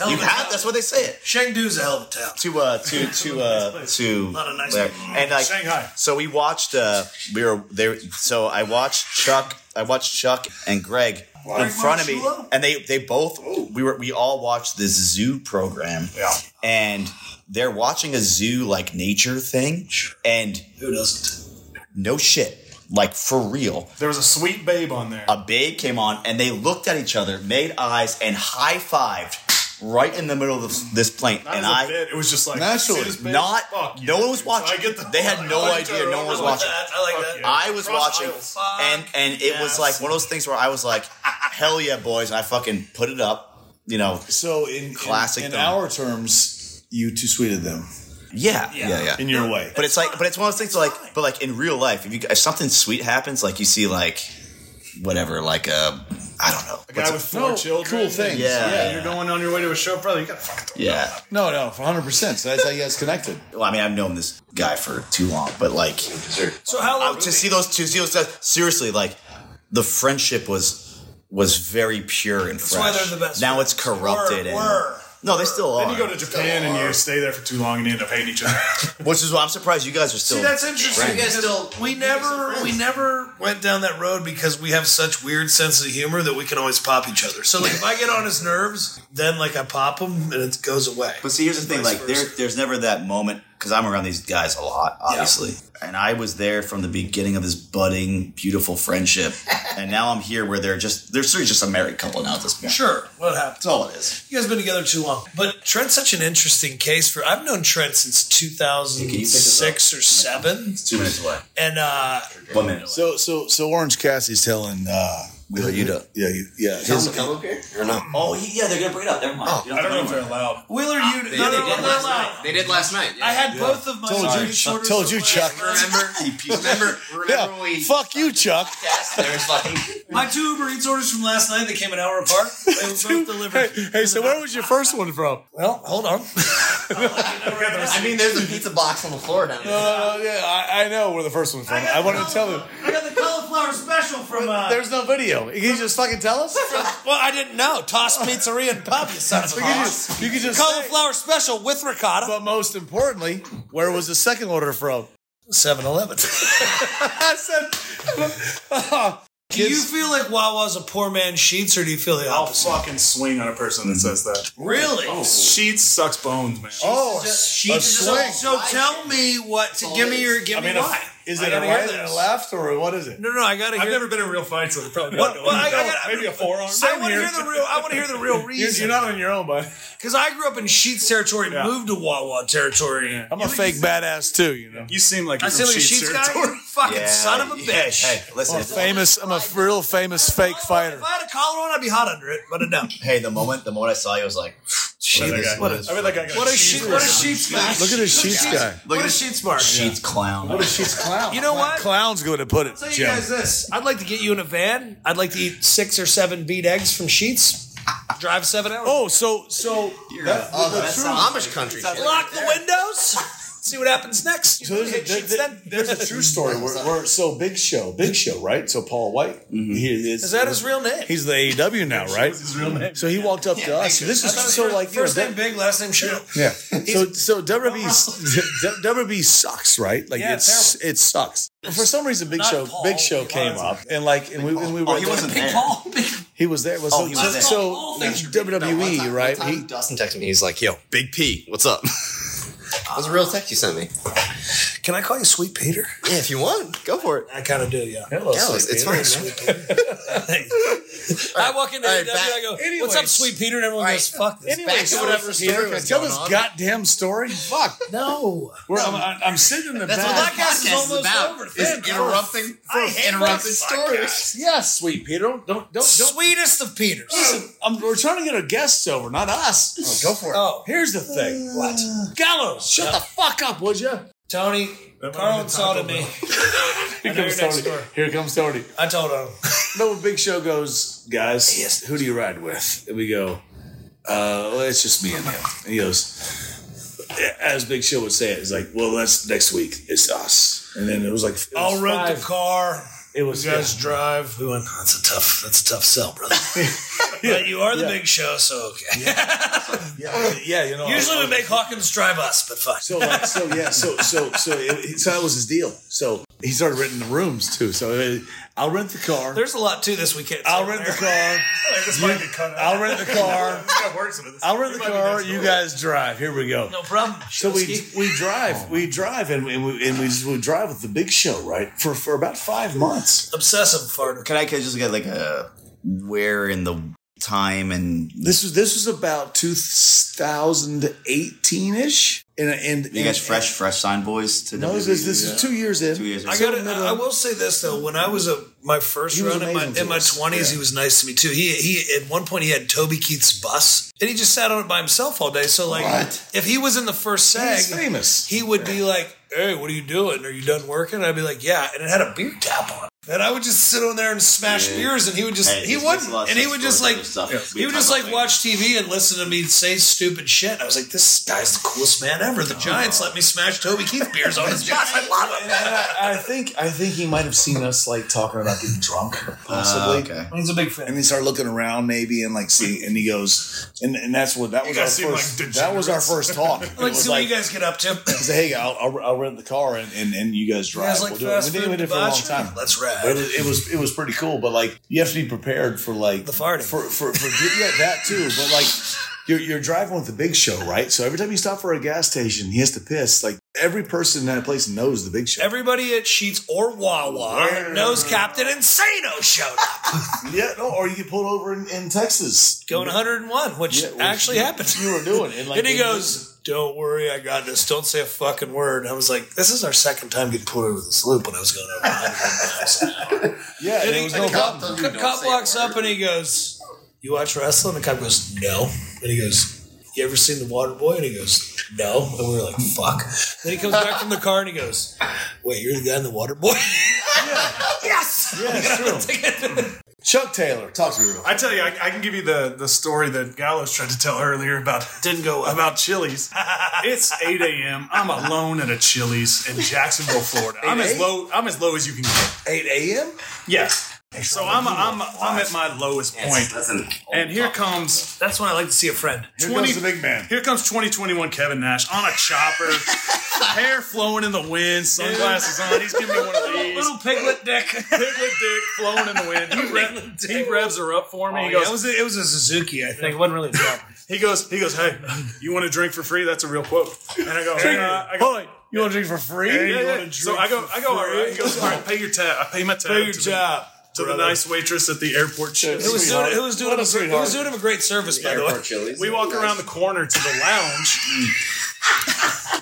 Speaker 1: You have that's what they say it
Speaker 3: Chengdu's a hell of a town.
Speaker 1: to uh to to uh to
Speaker 3: Not a nice
Speaker 1: there.
Speaker 3: place.
Speaker 1: and like
Speaker 9: Shanghai.
Speaker 1: so we watched uh we were there so I watched Chuck I watched Chuck and Greg in front of me
Speaker 3: Marshmallow?
Speaker 1: and they they both we were we all watched this zoo program yeah and they're watching a zoo like nature thing, and
Speaker 3: Who doesn't?
Speaker 1: no shit, like for real,
Speaker 9: There was a sweet babe on there.
Speaker 1: a babe came on and they looked at each other, made eyes, and high fived right in the middle of this, this plane.
Speaker 9: Not
Speaker 1: and
Speaker 9: as a
Speaker 1: I
Speaker 9: bit. It was just like
Speaker 2: Naturally,
Speaker 9: see this babe?
Speaker 1: not-
Speaker 9: Fuck you.
Speaker 1: no one was watching.
Speaker 9: So I get the,
Speaker 1: They had no
Speaker 9: I
Speaker 1: idea. No one was
Speaker 3: I
Speaker 9: I
Speaker 3: like
Speaker 9: like
Speaker 1: watching.
Speaker 3: that. I like that.
Speaker 1: I was
Speaker 3: Cross
Speaker 1: watching,
Speaker 3: aisles. Fuck.
Speaker 1: and and it was like one of those things where I was like, "Hell yeah, boys!" And I fucking put it up, you know.
Speaker 2: So in
Speaker 1: Classic
Speaker 2: classic in,
Speaker 1: dumb.
Speaker 2: our terms, you too sweeted them
Speaker 1: Yeah, yeah, yeah.
Speaker 2: in your way.
Speaker 1: But it's like, but it's one of those things like, but like in real life, if you if something sweet happens, like you see like whatever, like uh, I don't know,
Speaker 9: a guy with four
Speaker 2: No,
Speaker 9: children.
Speaker 2: cool things.
Speaker 1: Yeah.
Speaker 9: Yeah, you're going on your way to a show, brother. You got fucking
Speaker 1: yeah.
Speaker 2: No, no, for hundred percent. So that's how you guys connected.
Speaker 1: Well, I mean, I've known this guy for too long, but like,
Speaker 3: so how
Speaker 1: I,
Speaker 3: long?
Speaker 1: Oh, to see those two, see those guys, seriously, like the friendship was was very pure and fresh.
Speaker 3: why they're the best
Speaker 1: Now it's
Speaker 3: friends.
Speaker 1: corrupted.
Speaker 3: Were-
Speaker 1: and,
Speaker 3: were.
Speaker 1: no, they still are.
Speaker 9: Then you go to Japan and you stay there for too long and you end up hating each other.
Speaker 1: which is why I'm surprised you guys are still.
Speaker 3: See, that's interesting.
Speaker 1: Friends.
Speaker 3: because we never we never went down that road because we have such weird sense of humor that we can always pop each other. So like if I get on his nerves, then like I pop him and it goes away.
Speaker 1: But see, here's the thing: like, there, there's never that moment because I'm around these guys a lot, obviously, and I was there from the beginning of this budding, beautiful friendship, and now I'm here where they're just they're seriously just a married couple now at this point.
Speaker 3: Sure, what happened?
Speaker 1: that's all it is.
Speaker 3: You guys been together too long. But Trent's such an interesting case for. I've known Trent since two thousand six or seven,
Speaker 1: Two minutes away,
Speaker 3: and uh,
Speaker 1: one minute. Away.
Speaker 2: So so so Orange Cassidy's telling uh Wheeler Yuta. Yeah, you, yeah. his-
Speaker 8: come up here or no?
Speaker 1: Oh, he, yeah, they're gonna bring it up. Never mind. You
Speaker 9: I don't know if
Speaker 1: have to
Speaker 9: they're allowed.
Speaker 3: Wheeler, you
Speaker 8: They,
Speaker 3: no,
Speaker 8: they
Speaker 3: no,
Speaker 8: did
Speaker 3: no,
Speaker 8: last
Speaker 3: no,
Speaker 8: night.
Speaker 3: no.
Speaker 8: They did last night. Yeah.
Speaker 3: I had both of my
Speaker 2: Told you,
Speaker 3: Sorry.
Speaker 2: Chuck. Told you, Chuck.
Speaker 8: remember. remember. Remember when
Speaker 2: Yeah.
Speaker 8: we.
Speaker 2: Fuck you, Chuck.
Speaker 8: Yes, there was like
Speaker 3: My two Uber Eats orders from last night, they came an hour apart. They were both delivered.
Speaker 2: Hey, so where was your first one from?
Speaker 3: Well, hold on.
Speaker 8: I mean, there's a pizza box on the floor down there.
Speaker 2: Uh, yeah, I, I know where the first one's from. I, wanted to tell him.
Speaker 3: I got the cauliflower special from. Uh,
Speaker 2: There's no video. Can you just fucking tell us?
Speaker 3: well, I didn't know. Toss Pizzeria and Pub, you son of a
Speaker 2: You can
Speaker 3: bitch.
Speaker 2: just, you can just say-
Speaker 3: Cauliflower special with ricotta.
Speaker 2: But most importantly, where was the second order from?
Speaker 3: 7 Eleven.
Speaker 2: I said,
Speaker 3: Do you feel like Wawa's a poor man's sheets, or do you feel the
Speaker 2: Oh,
Speaker 9: I'll
Speaker 3: opposite?
Speaker 9: fucking swing on a person
Speaker 1: Mm-hmm.
Speaker 9: that says that.
Speaker 3: Really?
Speaker 9: Sheets sucks bones, man.
Speaker 2: oh,
Speaker 3: Sheets
Speaker 2: a
Speaker 3: is
Speaker 2: swing.
Speaker 3: So tell me what. To, give me your. Give
Speaker 2: I mean,
Speaker 3: me
Speaker 2: a-
Speaker 3: why.
Speaker 2: is
Speaker 3: I
Speaker 2: it a
Speaker 3: gotta hear
Speaker 2: right and
Speaker 3: this.
Speaker 2: a left or what is it?
Speaker 3: No, no, I gotta hear.
Speaker 9: I've never been in real fights, so probably
Speaker 3: Well,
Speaker 9: not
Speaker 3: well, I, I
Speaker 9: going.
Speaker 3: gotta,
Speaker 9: maybe a forearm.
Speaker 3: I want to hear the real. I want to hear the real
Speaker 2: You're,
Speaker 3: reason.
Speaker 2: you're not on your own, bud.
Speaker 3: Because I grew up in Sheets territory, moved to Wawa territory.
Speaker 2: I'm a fake badass too, you know.
Speaker 9: You seem like
Speaker 3: I
Speaker 9: you're
Speaker 3: see
Speaker 9: from
Speaker 3: like a
Speaker 9: Sheets,
Speaker 3: Sheets guy.
Speaker 9: territory.
Speaker 3: you Fucking
Speaker 1: Yeah,
Speaker 3: son of a
Speaker 1: yeah.
Speaker 3: bitch.
Speaker 1: Hey, listen.
Speaker 2: I'm a famous. I'm a real famous fake fighter.
Speaker 3: If I had a collar on, I'd be hot under it, but I don't.
Speaker 1: Hey, the moment the moment I saw you, I was like,
Speaker 9: That guy.
Speaker 1: Jesus, what is
Speaker 9: I mean, that guy got
Speaker 3: What a
Speaker 9: cheese
Speaker 3: sheet,
Speaker 9: or
Speaker 3: what a
Speaker 9: something.
Speaker 3: sheets match.
Speaker 2: Look at this sheets guy.
Speaker 3: What a sheets mark.
Speaker 1: sheets clown? What is
Speaker 2: She's clown.
Speaker 3: You know what?
Speaker 2: Clown's going to put it.
Speaker 3: I'll tell you
Speaker 2: Jim.
Speaker 3: guys this. I'd like to get you in a van. I'd like to eat six or seven beat eggs from Sheets. Drive seven hours.
Speaker 2: Oh, so so that,
Speaker 8: Oh, that's Amish country. shit.
Speaker 3: Lock the windows. See what happens next.
Speaker 2: So there's, a,
Speaker 3: Hit
Speaker 2: there-
Speaker 3: Sheets
Speaker 2: there-
Speaker 3: then.
Speaker 2: there's a true story where, where so Big Show, Big Show, right? So Paul White, he is,
Speaker 3: Is that his real name?
Speaker 2: Mm-hmm. he's the AEW now, right?
Speaker 9: His real name.
Speaker 2: So he walked up to us. This is so like you know,
Speaker 3: first name big, last name show. Oh.
Speaker 2: Yeah. So so WB WB sucks, right? Like
Speaker 3: Yeah,
Speaker 2: it's it sucks. For some reason, Big
Speaker 3: Not
Speaker 2: Show
Speaker 3: Paul.
Speaker 2: Big Show came up and like and we and we were
Speaker 1: he wasn't
Speaker 2: Oh, there.
Speaker 1: there.
Speaker 3: Paul. Big
Speaker 2: he was there. Well,
Speaker 1: Oh,
Speaker 2: so,
Speaker 1: he was there.
Speaker 2: so WWE E, right? He,
Speaker 8: Dustin texted me. He's like, "Yo, Big P, what's up?" That's a real text you sent me.
Speaker 3: Can I call you Sweet Peter?
Speaker 8: Yeah, if you want, go for it.
Speaker 3: I kind of do, yeah.
Speaker 8: Yeah, it's, it's fine. man.
Speaker 3: I walk into
Speaker 8: All
Speaker 3: AEW,
Speaker 8: right, back-
Speaker 3: I go, "What's up,
Speaker 2: anyways.
Speaker 3: Sweet Peter?" And everyone
Speaker 8: All
Speaker 3: goes, "Fuck this."
Speaker 8: Back to whatever story was
Speaker 2: tell
Speaker 8: going
Speaker 2: this
Speaker 8: on.
Speaker 2: goddamn story. Fuck.
Speaker 3: No,
Speaker 2: We're, I'm, I'm sitting in the
Speaker 8: That's
Speaker 2: back.
Speaker 8: what
Speaker 3: The podcast
Speaker 8: that podcast
Speaker 3: is
Speaker 8: is,
Speaker 3: almost
Speaker 8: about.
Speaker 3: over.
Speaker 8: Is
Speaker 3: Thank
Speaker 8: interrupting,
Speaker 3: I hate
Speaker 8: interrupting
Speaker 3: this
Speaker 8: stories.
Speaker 2: Yes, sweet Peter. Don't don't don't. don't.
Speaker 3: sweetest of Peters.
Speaker 2: I'm, we're trying to get our guests over, not us. Uh,
Speaker 8: Go for it.
Speaker 3: Oh,
Speaker 2: Here's the thing.
Speaker 3: what? Gallows.
Speaker 2: Shut the fuck up, would you?
Speaker 3: Tony, Carl insulted me.
Speaker 2: Here comes
Speaker 3: know your next
Speaker 2: Tony.
Speaker 3: door.
Speaker 2: Here comes Tony.
Speaker 3: I told him.
Speaker 2: No, when Big Show goes, guys, who do you ride with? And we go, uh, well, it's just me and him. And he goes, as Big Show would say it, it's like, well, that's next week. It's us. And then it was like, it was
Speaker 3: I'll rent
Speaker 2: five.
Speaker 3: the car.
Speaker 2: It was
Speaker 3: You guys drive. We went. That's a tough. That's a tough sell, brother. But you are the big show, so okay.
Speaker 2: yeah, yeah, you know.
Speaker 3: Usually we make Hawkins drive us, but fine.
Speaker 2: so like, so yeah, so so so it, so that was his deal. So He's already renting the rooms too. So uh, I'll rent the car.
Speaker 3: There's a lot to this we can't.
Speaker 2: I'll
Speaker 3: say
Speaker 2: rent the
Speaker 3: there.
Speaker 2: car.
Speaker 9: this might get cut out.
Speaker 2: I'll rent the car.
Speaker 9: This guy works with us.
Speaker 2: I'll rent
Speaker 9: He
Speaker 2: the
Speaker 9: might be
Speaker 2: car.
Speaker 9: next
Speaker 2: You
Speaker 9: door.
Speaker 2: guys drive. Here we go.
Speaker 3: No problem.
Speaker 2: So we
Speaker 3: Shilsky.
Speaker 2: we drive. We drive and we and we, and we just we drive with the big show right for for about five months.
Speaker 3: obsessive farter.
Speaker 1: Can I can I just get like a where in the time and
Speaker 2: This was this was about 2018 ish. And and
Speaker 1: you guys fresh fresh sign boys to
Speaker 2: No,
Speaker 1: WWE?
Speaker 2: this, is- this is two years in.
Speaker 1: E, Two years in.
Speaker 3: I got. I will say this though. When I was a my first
Speaker 2: He was
Speaker 3: run in my
Speaker 2: amazing to
Speaker 3: in my
Speaker 2: us.
Speaker 3: twenties, he was nice to me too. He he at one point he had Toby Keith's bus, and he just sat on it by himself all day. So like,
Speaker 2: What?
Speaker 3: if he was in the first
Speaker 2: He's
Speaker 3: sag,
Speaker 2: famous.
Speaker 3: he would be like, "Hey, what are you doing? Are you done working?" And I'd be like, "Yeah," and it had a beer tap on. it. And I would just sit on there and smash beers, and he would just
Speaker 1: Hey,
Speaker 3: he
Speaker 1: this makes
Speaker 3: wouldn't,
Speaker 1: a lot of
Speaker 3: and he
Speaker 1: sense
Speaker 3: would
Speaker 1: for
Speaker 3: just
Speaker 1: other
Speaker 3: like
Speaker 1: stuff. We
Speaker 3: he would
Speaker 1: talk
Speaker 3: just
Speaker 1: about
Speaker 3: like
Speaker 1: later.
Speaker 3: watch TV and listen to me say stupid shit. And I was like, "This guy's the coolest man ever." The Giants let me smash Toby Keith beers on his bus. I love him.
Speaker 2: I think I think he might have seen us like talking about getting drunk,
Speaker 1: Ah,
Speaker 2: possibly.
Speaker 1: okay.
Speaker 3: He's a big fan.
Speaker 2: And he started looking around, maybe, and like see, and he goes, and, and that's what that was our
Speaker 9: guys seem like
Speaker 2: first. that was our first talk. It
Speaker 3: Let's
Speaker 2: was
Speaker 3: see
Speaker 2: like,
Speaker 3: what you guys get up to.
Speaker 2: I said, hey, I'll, I'll, I'll rent the car and, and, and you guys drive.
Speaker 3: guys like
Speaker 2: we'll do it.
Speaker 3: fast
Speaker 2: We did,
Speaker 3: food
Speaker 2: we did it for a long
Speaker 3: debauchery?
Speaker 2: time.
Speaker 3: Let's
Speaker 2: But
Speaker 3: ride.
Speaker 2: It was, it was it was pretty cool, but like you have to be prepared for like
Speaker 3: The farting.
Speaker 2: for for, for yeah that too. But like you're you're driving with the big show, right? So every time you stop for a gas station, he has to piss. Like every person in that place knows the big show.
Speaker 3: Everybody at Sheets or Wawa knows Captain Insano showed up
Speaker 2: yeah, no, or you get pulled over in, in Texas.
Speaker 3: going 101, which
Speaker 2: Yeah, which
Speaker 3: actually
Speaker 2: you-
Speaker 3: happened.
Speaker 2: You were doing, and like
Speaker 3: and he
Speaker 2: they-
Speaker 3: goes, "Don't worry, I got this. Don't say a fucking word." I was like, "This is our second time getting pulled over this loop when I was going over." 100 miles an hour."
Speaker 2: yeah, and
Speaker 3: And
Speaker 2: it
Speaker 3: he-
Speaker 2: was
Speaker 3: and
Speaker 2: no
Speaker 3: the cop,
Speaker 2: problem.
Speaker 3: the cop walks up and he goes, "You watch wrestling?" The cop goes, "No," and he goes, "You ever seen the Water Boy?" And he goes, "No," and we were like, "Fuck." Then he comes back from the car and he goes, "Wait, you're the guy in the Water Boy?" yes.
Speaker 2: Yeah, it's true. Chuck Taylor, talk to me real.
Speaker 9: I tell you, I, I can give you the, the story that Gallows tried to tell earlier about
Speaker 3: Didn't go well.
Speaker 9: about Chili's. It's eight a.m. I'm alone at a Chili's in Jacksonville, Florida. I'm as
Speaker 2: 8?
Speaker 9: low. I'm as low as you can get.
Speaker 2: Eight a.m.
Speaker 9: Yes. So I'm I'm I'm at my lowest point, and here comes
Speaker 3: That's when I like to see a friend.
Speaker 2: Here
Speaker 9: 20
Speaker 2: comes the big man.
Speaker 9: Here comes 2021 Kevin Nash on a chopper, hair flowing in the wind, sunglasses on. He's giving me one of these.
Speaker 3: Little piglet dick.
Speaker 9: Piglet dick flowing in the wind. He, rev, he revs her up for me. He
Speaker 3: Oh, it
Speaker 9: goes,
Speaker 3: was a, it was a Suzuki, I think. It wasn't really a job.
Speaker 9: he goes, he goes, hey, you want a drink for free? That's a real quote. And I go, uh, I go,
Speaker 2: You want to drink for free?
Speaker 9: yeah, yeah. So I go, I go, all right. He goes, all right, pay your tab. I pay my tab.
Speaker 3: Pay your
Speaker 9: to the-
Speaker 3: job.
Speaker 9: To the nice waitress at the airport. Chili's.
Speaker 3: It was doing, it was doing,
Speaker 2: What
Speaker 3: him
Speaker 2: a
Speaker 3: a, great- it
Speaker 2: sweetheart.
Speaker 3: was doing him a great service, by the way.
Speaker 9: We walk around the corner to the lounge.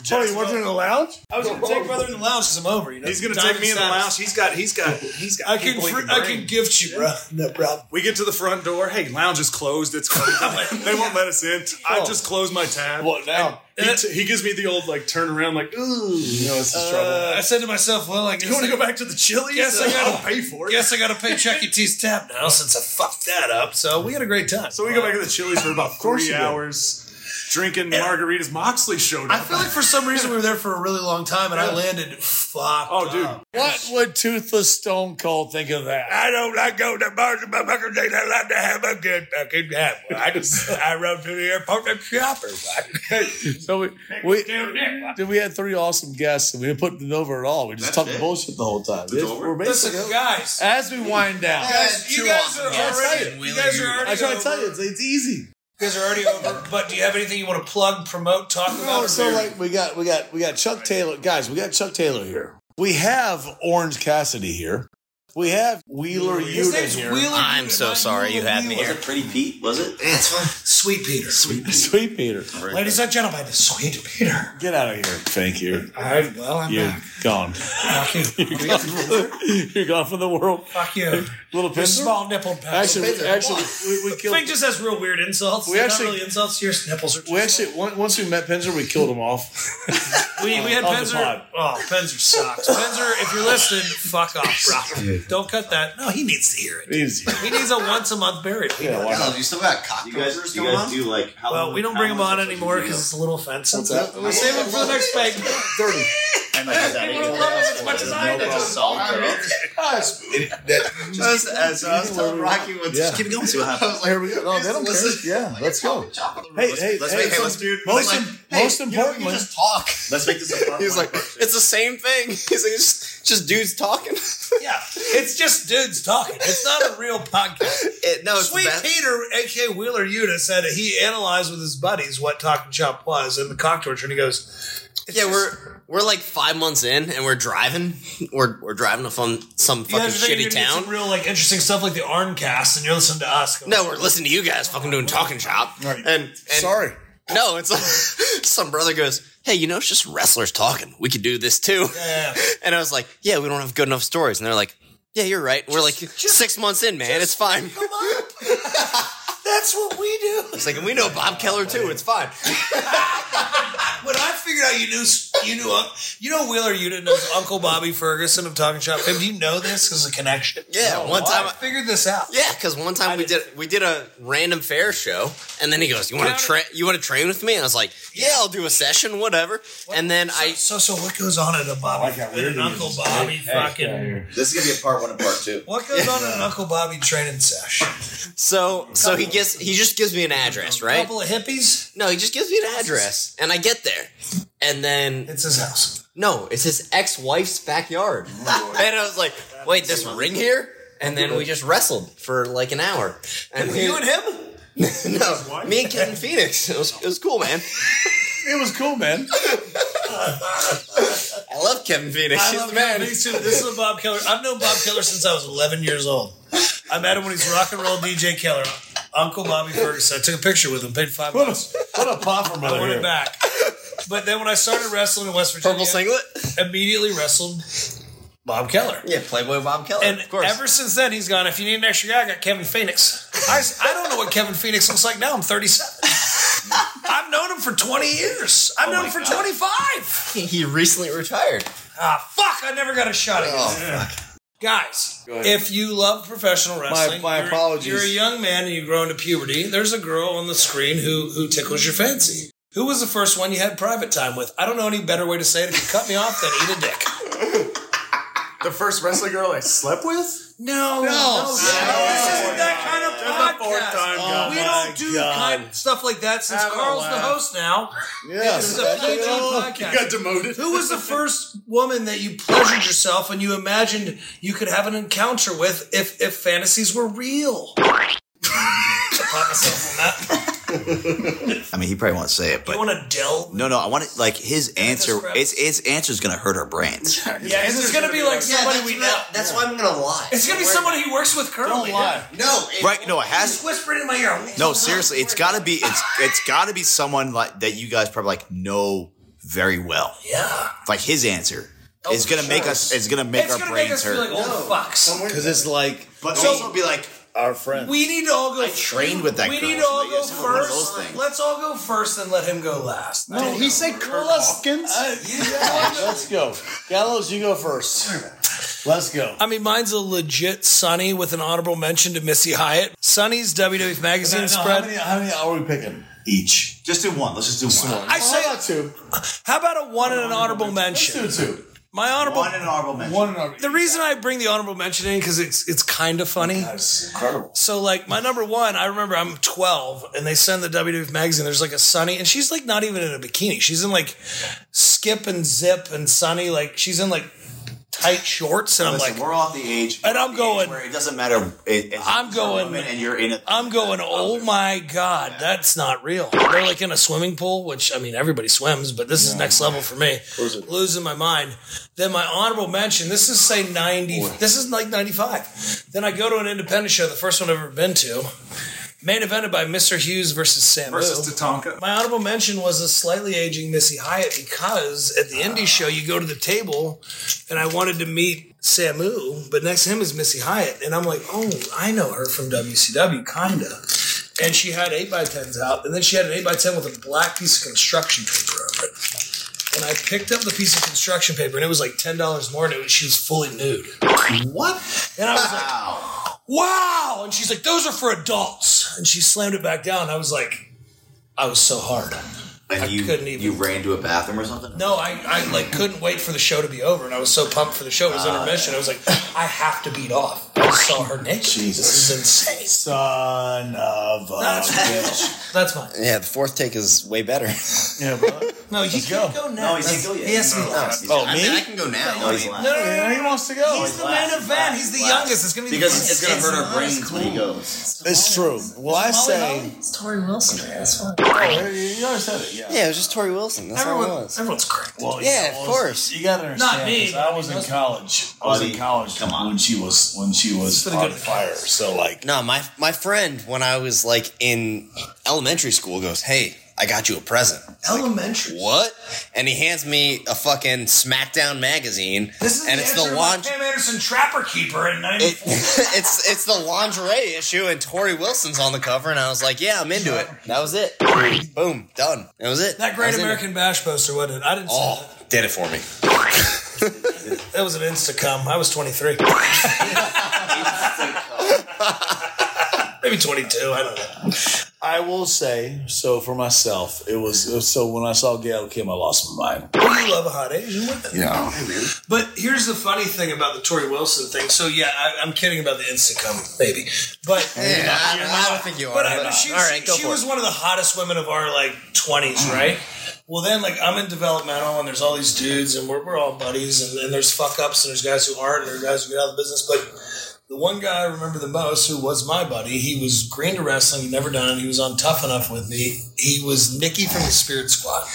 Speaker 2: Oh, you want to in the lounge?
Speaker 3: I was going to take brother in the lounge because I'm over. You know,
Speaker 9: He's gonna
Speaker 3: Diamond
Speaker 9: take me in the
Speaker 3: status.
Speaker 9: lounge. He's got, he's got, he's got.
Speaker 3: I can,
Speaker 9: people he
Speaker 3: fr- I
Speaker 9: bring.
Speaker 3: can gift you, bro. No problem.
Speaker 9: We get to the front door. Hey, lounge is closed. It's closed. they won't let us in. I just close my tab.
Speaker 2: What now?
Speaker 9: He, t- he gives me the old like turn around like ooh.
Speaker 2: You know it's his trouble.
Speaker 3: Uh, I said to myself, well, I guess
Speaker 9: You want
Speaker 3: I,
Speaker 9: to go back to the Chili's? Uh,
Speaker 3: Yes, I gotta
Speaker 9: I'll pay for it.
Speaker 3: guess I got to pay Chuck E. Cheese tab now since I fucked that up. So we had a great time.
Speaker 9: So we go back to the Chili's for about
Speaker 2: course you
Speaker 9: three
Speaker 2: did.
Speaker 9: hours, drinking margaritas. Moxley showed
Speaker 3: I
Speaker 9: up.
Speaker 3: feel like for some reason we were there for a really long time, and I landed fucked.
Speaker 9: Oh, dude.
Speaker 3: up.
Speaker 2: What would Toothless Stone Cold think of that?
Speaker 6: I don't like going to bars, motherfuckers. They don't like to have a good fucking time. I just, I rode through the airport like a shopper.
Speaker 2: So we, we dude, we had three awesome guests, and we didn't put it over at all. We just
Speaker 1: That's
Speaker 2: talked
Speaker 1: it.
Speaker 2: bullshit the whole time. It's-
Speaker 1: over.
Speaker 2: We're
Speaker 3: Listen,
Speaker 2: basically
Speaker 3: guys,
Speaker 2: as we wind down.
Speaker 3: guys, you guys are already, you guys are already,
Speaker 2: I try to
Speaker 3: over.
Speaker 2: tell you, it's, it's easy.
Speaker 3: You guys are already over. But do you have anything you want to plug, promote, talk about?
Speaker 2: No,
Speaker 3: or
Speaker 2: so
Speaker 3: very-
Speaker 2: like we got we got we got Chuck Taylor, guys. We got Chuck Taylor here. We have Orange Cassidy here. We have Wheeler
Speaker 3: his
Speaker 2: Yuta
Speaker 3: name's
Speaker 2: here.
Speaker 3: Wheeler.
Speaker 8: I'm
Speaker 3: Yuta,
Speaker 8: so
Speaker 3: not
Speaker 8: sorry you
Speaker 3: Wheeler
Speaker 8: had me
Speaker 3: Yuta.
Speaker 8: here.
Speaker 1: Pretty Pete, was it?
Speaker 3: Sweet Peter. Sweet.
Speaker 2: Sweet Peter,
Speaker 3: Ladies and gentlemen, Sweet Peter.
Speaker 2: get out of here. Thank you.
Speaker 3: All right, well, I'm
Speaker 2: You're
Speaker 3: back.
Speaker 2: gone.
Speaker 3: Fuck you.
Speaker 2: You're gone from the world.
Speaker 3: Fuck you.
Speaker 2: Little
Speaker 3: Your
Speaker 2: pistol.
Speaker 3: small nipple pads.
Speaker 2: Actually, actually, we, we killed.
Speaker 3: Fink just has real weird insults.
Speaker 2: We
Speaker 3: They're
Speaker 2: actually-
Speaker 3: not really insults. Your nipples are. Just
Speaker 2: We actually on- once we met Penzer, we killed him off.
Speaker 3: we, we had
Speaker 2: on the
Speaker 3: Penzer. Oh, Penzer sucks. Penzer, if you're listening, fuck off, bro. Don't cut that. No, he needs to hear it.
Speaker 2: Easy.
Speaker 3: He needs a once a month burial.
Speaker 2: Yeah, why not?
Speaker 8: you still got cock
Speaker 1: You guys, you guys do like how
Speaker 3: Well, we don't bring him on anymore because it's a little offensive. We'll save him for the next bag.
Speaker 2: Thirty.
Speaker 1: And like, that ain't as much as I did. Just salt, bro. Just as I was telling Rocky, let's just
Speaker 2: Yeah.
Speaker 1: keep going. See what happens.
Speaker 2: Here we go. No, they don't care. Yeah, let's go. Hey, hey,
Speaker 1: let's
Speaker 2: hey,
Speaker 1: make, hey, let's do.
Speaker 2: most
Speaker 1: like,
Speaker 2: im-
Speaker 1: hey,
Speaker 2: most
Speaker 1: you know, we can
Speaker 2: importantly-
Speaker 1: just talk. Let's make this a fun
Speaker 8: He's
Speaker 1: one.
Speaker 8: like, it's the same thing. He's like, it's just, just dudes talking.
Speaker 3: Yeah, it's just dudes talking. It's not a real podcast.
Speaker 8: It- no, it's the
Speaker 3: Sweet
Speaker 8: best.
Speaker 3: Peter, aka Wheeler Yuta, said that he analyzed with his buddies what talking shop was and the cock torture, and he goes,
Speaker 8: Yeah, we're we're like five months in, and we're driving. We're we're driving to some some
Speaker 3: "You
Speaker 8: fucking
Speaker 3: guys are thinking
Speaker 8: shitty
Speaker 3: you're gonna get
Speaker 8: town.
Speaker 3: some real like interesting stuff like the Arncast, and you're listening to us."
Speaker 8: no, we're listening to you guys fucking doing talking shop. And, and
Speaker 2: Sorry.
Speaker 8: no, it's like, some brother goes, "Hey, you know, it's just wrestlers talking. We could do this too."
Speaker 3: Yeah.
Speaker 8: And I was like, "Yeah, we don't have good enough stories." And they're like, "Yeah, you're right. We're like six months in, man. It's fine."
Speaker 3: That's what we do.
Speaker 8: It's like, and we know Bob Keller too. It's fine.
Speaker 3: When I figured out you knew, you knew, uh, you know, Wheeler, you didn't know Uncle Bobby Ferguson of Talking Shop Fame. Do you know this as a connection?
Speaker 8: Yeah, one time
Speaker 3: I
Speaker 8: I-
Speaker 3: figured this out.
Speaker 8: Yeah, because one time we did we did a random fair show, and then he goes, "You want to train? You want to train with me?" And I was like, "Yeah, I'll do a session, whatever." And then I
Speaker 3: So, so what goes on at a Bobby?
Speaker 2: got
Speaker 3: at an Uncle Bobby fucking.
Speaker 1: this is gonna be a part one and part two.
Speaker 3: What goes on at an Uncle Bobby training session?
Speaker 8: so so he gets he just gives me an address,
Speaker 3: A
Speaker 8: right?
Speaker 3: couple of hippies.
Speaker 8: No, he just gives me an address, and I get there, and then
Speaker 3: It's his house. Oh,
Speaker 8: no, it's his ex wife's backyard, and I was like, "Wait, this ring here?" And then we just wrestled for like an hour. And
Speaker 3: You and him?
Speaker 8: no, me and Kevin Phoenix. It was, it was cool, man.
Speaker 2: It was cool, man.
Speaker 8: I love Kevin Phoenix.
Speaker 3: I
Speaker 8: He's
Speaker 3: love
Speaker 8: the man.
Speaker 3: him. Me too. This is a Bob Keller. I've known Bob Keller since I was 11 years old. I met him when he's rock and roll DJ Keller. Uncle Bobby Ferguson. I took a picture with him. Paid five
Speaker 2: What
Speaker 3: bucks.
Speaker 2: a, what a popper
Speaker 3: I
Speaker 2: mother
Speaker 3: want it
Speaker 2: here.
Speaker 3: back. But then when I started wrestling in West Virginia,
Speaker 8: Purple singlet.
Speaker 3: immediately wrestled Bob Keller.
Speaker 8: Yeah, Playboy Bob Keller.
Speaker 3: And
Speaker 8: of course.
Speaker 3: ever since then, he's gone. If you need an extra guy, I got Kevin Phoenix. I, s- I don't know what Kevin Phoenix looks like now. I'm 37. I've known him for 20 years. I've known him for 25.
Speaker 8: he recently retired.
Speaker 3: Ah, fuck! I never got a shot at
Speaker 2: Oh,
Speaker 3: him. Guys, if you love professional wrestling,
Speaker 2: my
Speaker 3: you're-
Speaker 2: apologies.
Speaker 3: You're a young man and you grow into puberty. There's a girl on the screen who who tickles your fancy. Who was the first one you had private time with? I don't know any better way to say it. If you cut me off, then eat a dick.
Speaker 11: The first wrestling girl I slept with?
Speaker 3: No, no, this isn't that kind of podcast. we don't do
Speaker 2: Oh
Speaker 3: kind stuff like that since Carl's the host now. This is a PG podcast.
Speaker 11: demoted.
Speaker 3: Who was the first woman that you pleasured yourself and you imagined you could have an encounter with if if fantasies were real? I Caught myself on that.
Speaker 1: I mean, he probably won't say it,
Speaker 3: You
Speaker 1: but
Speaker 3: want to delve?
Speaker 1: no, no, I want it. Like his answer,
Speaker 3: crap.
Speaker 1: it's his answer's gonna hurt our brains.
Speaker 3: Yeah, and it's gonna be like somebody we know.
Speaker 8: That's why I'm gonna lie.
Speaker 3: It's gonna be somebody he works with currently.
Speaker 8: No,
Speaker 1: Right? No, it has.
Speaker 3: Just whispering in my ear.
Speaker 1: No, seriously, it's gotta be. It's it's gotta be someone like that. You guys probably like know very well.
Speaker 3: Yeah.
Speaker 1: Like his answer is gonna make us. It's gonna make
Speaker 3: Oh, It's
Speaker 1: our
Speaker 3: gonna make us
Speaker 1: brains
Speaker 3: feel
Speaker 1: hurt.
Speaker 3: like oh, old fucks.
Speaker 2: Because it's like
Speaker 1: but
Speaker 3: So-
Speaker 1: also be like
Speaker 2: our friend.
Speaker 3: We need to all go.
Speaker 1: trained with that.
Speaker 3: we
Speaker 1: girl,
Speaker 3: need to
Speaker 1: so
Speaker 3: all
Speaker 1: they
Speaker 3: go
Speaker 1: just have one of those
Speaker 3: first.
Speaker 1: things.
Speaker 3: Let's all go first and let him go last.
Speaker 2: No, he said Kirk Hopkins. Let's go. Gallows, you go first. Let's go.
Speaker 3: I mean, mine's a legit Sonny with an honorable mention to Missy Hyatt. Sonny's WWF magazine
Speaker 2: No,
Speaker 3: spread.
Speaker 2: How many, how many are we picking?
Speaker 1: each. Just do one. Let's just do one.
Speaker 3: I say,
Speaker 2: How about two?
Speaker 3: how about a one and an honorable mention?
Speaker 2: Two, two.
Speaker 3: My honorable.
Speaker 1: One and honorable mention.
Speaker 2: One and a
Speaker 3: The reason I bring the honorable mention in because it's it's kind of funny.
Speaker 2: That's incredible.
Speaker 3: So like my number one, I remember I'm 12 and they send the WWF magazine. There's like a Sunny and she's like not even in a bikini. She's in like skip and zip and Sunny. Like she's in like tight shorts and I'm
Speaker 1: Listen,
Speaker 3: like,
Speaker 1: we're all the age,
Speaker 3: And I'm
Speaker 1: the age
Speaker 3: going-
Speaker 1: Where it doesn't matter. It, it's
Speaker 3: I'm
Speaker 1: a
Speaker 3: going-
Speaker 1: woman and you're in it.
Speaker 3: I'm going, oh my God, that's not real. They're like in a swimming pool, which I mean, everybody swims, but this is next level for me. Losing my mind. Then my honorable mention, this is say 90, this is like 95. Then I go to an independent show, the first one I've ever been to, main evented by Mr. Hughes versus Samu.
Speaker 11: Versus Tatanka.
Speaker 3: My honorable mention was a slightly aging Missy Hyatt because at the indie show you go to the table, and I wanted to meet Samu, but next to him is Missy Hyatt, and I'm like, oh, I know her from WCW, kinda. And she had eight by tens out, and then she had an eight by ten with a black piece of construction paper over it. And I picked up the piece of construction paper, and it was like ten dollars more, and it was, she was fully nude.
Speaker 1: What?
Speaker 3: And I was like,
Speaker 1: Wow.
Speaker 3: wow. And she's like, those are for adults. And she slammed it back down. I was like, I was so hard.
Speaker 1: And
Speaker 3: I
Speaker 1: you
Speaker 3: couldn't even-
Speaker 1: you ran to a bathroom or something?
Speaker 3: No, I, I like couldn't wait for the show to be over, and I was so pumped for the show. It was intermission. I was like, I have to beat off. I saw her naked.
Speaker 2: Jesus.
Speaker 3: This is insane.
Speaker 2: Son of a
Speaker 3: That's
Speaker 2: bitch.
Speaker 3: That's mine.
Speaker 8: Yeah, the fourth take is way better.
Speaker 2: Yeah, bro.
Speaker 3: No, you can't go, now.
Speaker 1: No, he can't go yet.
Speaker 3: He has to be last.
Speaker 1: He's-
Speaker 2: Oh,
Speaker 8: I
Speaker 2: me?
Speaker 8: mean, I can go now.
Speaker 1: No,
Speaker 8: I
Speaker 1: he's
Speaker 8: mean,
Speaker 1: last.
Speaker 3: No, no, no,
Speaker 2: Yeah, he wants to go.
Speaker 3: He's the main event. He's the youngest. It's gonna be
Speaker 1: Because
Speaker 3: the
Speaker 1: it's, gonna hurt our brains when he goes.
Speaker 2: It's true. Well, I say.
Speaker 12: It's Tori Wilson, man. That's fine.
Speaker 2: Oh, you- You already said it, yeah.
Speaker 8: yeah, it was just Tori Wilson. That's all it was.
Speaker 3: everyone's cracked.
Speaker 2: Well,
Speaker 8: Yeah, of course.
Speaker 2: You gotta understand.
Speaker 3: Not me.
Speaker 2: 'cause I was in college. I was in
Speaker 1: Buddy,
Speaker 2: college
Speaker 1: come on.
Speaker 2: when she was when she was
Speaker 3: Pretty
Speaker 2: on
Speaker 3: good.
Speaker 2: fire. So like,
Speaker 8: No, my my friend when I was like in elementary school goes, "Hey, I got you a present."
Speaker 3: Elementary.
Speaker 8: What? And he hands me a fucking SmackDown magazine,
Speaker 3: This is
Speaker 8: and
Speaker 3: the
Speaker 8: it's
Speaker 3: answer
Speaker 8: the
Speaker 3: to
Speaker 8: launch.
Speaker 3: my Pam Anderson Trapper Keeper in
Speaker 8: It,
Speaker 3: 94.
Speaker 8: it's it's the lingerie issue, and Tori Wilson's on the cover, and I was like, "Yeah, I'm into it." That was it. Boom, done. That was it.
Speaker 3: That
Speaker 8: I
Speaker 3: Great
Speaker 8: was in
Speaker 3: American Bash poster, wasn't it? I didn't
Speaker 8: it.
Speaker 3: see
Speaker 8: Oh, did it for me.
Speaker 3: that. That was an Instacom. I was 23. Maybe 22. I don't know.
Speaker 2: I will say so for myself. It was, it was- so when I saw Gail Kim, I lost my mind.
Speaker 3: Well, you love a hot Asian woman.
Speaker 2: Yeah,
Speaker 3: But here's the funny thing about the Tori Wilson thing. So yeah, I, I'm kidding about the Instacom, maybe. But
Speaker 8: Yeah, I, I don't think you are.
Speaker 3: But I mean, she,
Speaker 8: all right,
Speaker 3: she,
Speaker 8: go
Speaker 3: she
Speaker 8: for
Speaker 3: was
Speaker 8: it. Mm.
Speaker 3: one of the hottest women of our like twenties, right? Well, then like I'm in developmental, and there's all these dudes, and we're, we're all buddies, and, and there's fuck ups, and there's guys who aren't, and there's guys who get out of the business. But the one guy I remember the most, who was my buddy, he was green to wrestling, he'd never done it. He was on Tough Enough with me. He was Nikki from the Spirit Squad.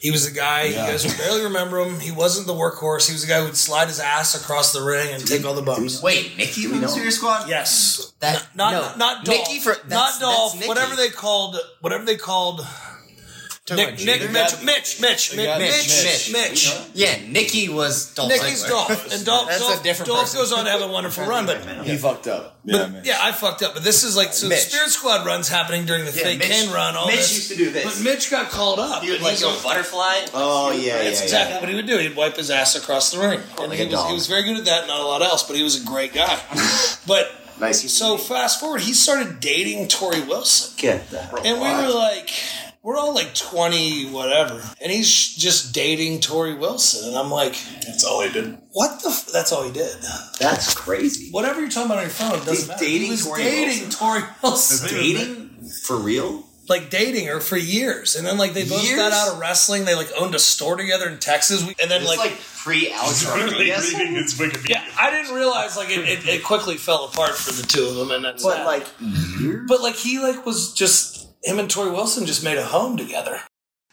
Speaker 3: He was the guy you guys would barely remember him. He wasn't the workhorse. He was the guy who would slide his ass across the ring and take all the bumps.
Speaker 8: Wait, Nikki from Serious Squad?
Speaker 3: Yes,
Speaker 8: That,
Speaker 3: not
Speaker 8: no.
Speaker 3: not, not Dolph,
Speaker 8: Nikki for
Speaker 3: not
Speaker 8: that's,
Speaker 3: Dolph,
Speaker 8: That's Nikki.
Speaker 3: whatever they called, whatever they called.
Speaker 8: Talking
Speaker 3: Nick,
Speaker 8: about
Speaker 3: Nick,
Speaker 8: Jeter?
Speaker 3: Mitch, Mitch, Mitch, Mitch,
Speaker 2: got
Speaker 3: Mitch,
Speaker 8: Mitch.
Speaker 3: Mitch.
Speaker 8: Yeah, Nikki was Dolph.
Speaker 3: Nicky's
Speaker 8: Ziggler.
Speaker 3: Dolph, and Dolph,
Speaker 8: That's a
Speaker 3: Dolph,
Speaker 8: different
Speaker 3: Dolph
Speaker 8: person.
Speaker 3: goes on to have a wonderful run, but
Speaker 2: he fucked up. Yeah, man.
Speaker 3: yeah, I fucked up. But this is like so. the
Speaker 8: Mitch.
Speaker 3: Spirit Squad runs happening during the fake
Speaker 8: Mitch-
Speaker 3: Kane run. All
Speaker 1: Mitch
Speaker 3: this.
Speaker 1: used to do this.
Speaker 3: but Mitch got called up.
Speaker 8: He would like go butterfly.
Speaker 1: Oh yeah, yeah,
Speaker 3: That's
Speaker 1: yeah.
Speaker 3: exactly what he would do. He'd wipe his ass across the ring, and
Speaker 1: like
Speaker 3: he
Speaker 1: a
Speaker 3: was,
Speaker 1: dog.
Speaker 3: he was very good at that. Not a lot else, but he was a great guy. but
Speaker 1: Nice.
Speaker 3: so fast forward, he started dating Tori Wilson.
Speaker 1: get that.
Speaker 3: And we were like, we're all like 20, whatever. And he's just dating Tori Wilson. And I'm like,
Speaker 2: that's all he did.
Speaker 3: what the? F-? That's all he did.
Speaker 1: That's crazy.
Speaker 3: Whatever you're talking about on your phone, it doesn't
Speaker 1: He's
Speaker 3: matter.
Speaker 1: dating
Speaker 3: he was
Speaker 1: Tori
Speaker 3: dating
Speaker 1: Wilson?
Speaker 3: Tori Wilson.
Speaker 1: Dating for real?
Speaker 3: Like dating her for years. And then like they both
Speaker 1: Years?
Speaker 3: got out of wrestling. They like owned a store together in Texas. We, and then
Speaker 8: It's
Speaker 3: like,
Speaker 8: like pre Alex Rodriguez.
Speaker 9: Reading his Wikipedia.
Speaker 3: yeah, I didn't realize like it, it, it quickly fell apart for the two of them. And that's
Speaker 1: But
Speaker 3: that.
Speaker 1: like years?
Speaker 3: but like he like was just, him and Tori Wilson just made a home together.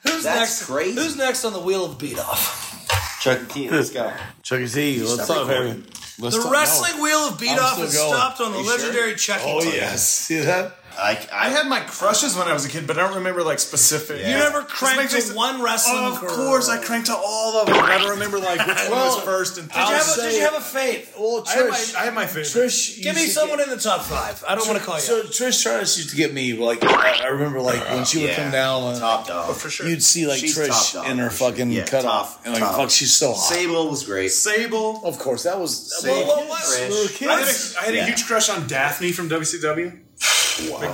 Speaker 3: Who's
Speaker 1: That's
Speaker 3: next?
Speaker 1: crazy.
Speaker 3: Who's next on the wheel of beat off?
Speaker 8: Chuck T. Let's go.
Speaker 2: Chuck E. T. Let's talk, baby. Let's
Speaker 3: The
Speaker 2: talk-
Speaker 3: wrestling wheel of beat off
Speaker 2: still
Speaker 3: is
Speaker 2: going.
Speaker 3: stopped on the legendary Chucky.
Speaker 2: Oh yes, see that?
Speaker 1: I,
Speaker 11: I had my crushes when I was a kid, but I don't remember like specific.
Speaker 1: You
Speaker 3: never
Speaker 11: This
Speaker 3: cranked
Speaker 11: makes me
Speaker 3: to
Speaker 11: s-
Speaker 3: one wrestling
Speaker 11: Of
Speaker 3: girl.
Speaker 11: course, I cranked to all of them. I don't remember like which one was first and.
Speaker 3: Did you, have a,
Speaker 2: say-
Speaker 3: did you have a faith?
Speaker 2: Well,
Speaker 11: I had my,
Speaker 2: Trish,
Speaker 11: I had my favorite.
Speaker 2: Trish,
Speaker 3: Give me
Speaker 2: used to
Speaker 3: someone
Speaker 2: Oh, get-
Speaker 3: in the top five. I don't want to call you.
Speaker 2: So
Speaker 3: out.
Speaker 2: Trish Stratus used to get me like I I remember like when she would
Speaker 1: yeah.
Speaker 2: come down. uh,
Speaker 1: top
Speaker 3: Oh,
Speaker 1: dog.
Speaker 11: for sure.
Speaker 2: You'd see like
Speaker 1: She's top
Speaker 2: Trish
Speaker 1: dog,
Speaker 2: in her
Speaker 1: for sure.
Speaker 2: fucking
Speaker 1: Yeah,
Speaker 2: cutoff,
Speaker 1: top,
Speaker 2: and like
Speaker 1: top.
Speaker 2: fuck, she's so hot.
Speaker 1: Sable was great.
Speaker 11: Sable.
Speaker 2: Of course, that was
Speaker 1: Sable,
Speaker 2: well, what-
Speaker 1: Trish.
Speaker 2: little
Speaker 11: I had,
Speaker 2: kids.
Speaker 11: a, I had
Speaker 1: Yeah.
Speaker 11: a huge crush on Daphne from WCW.
Speaker 2: Really,
Speaker 8: Not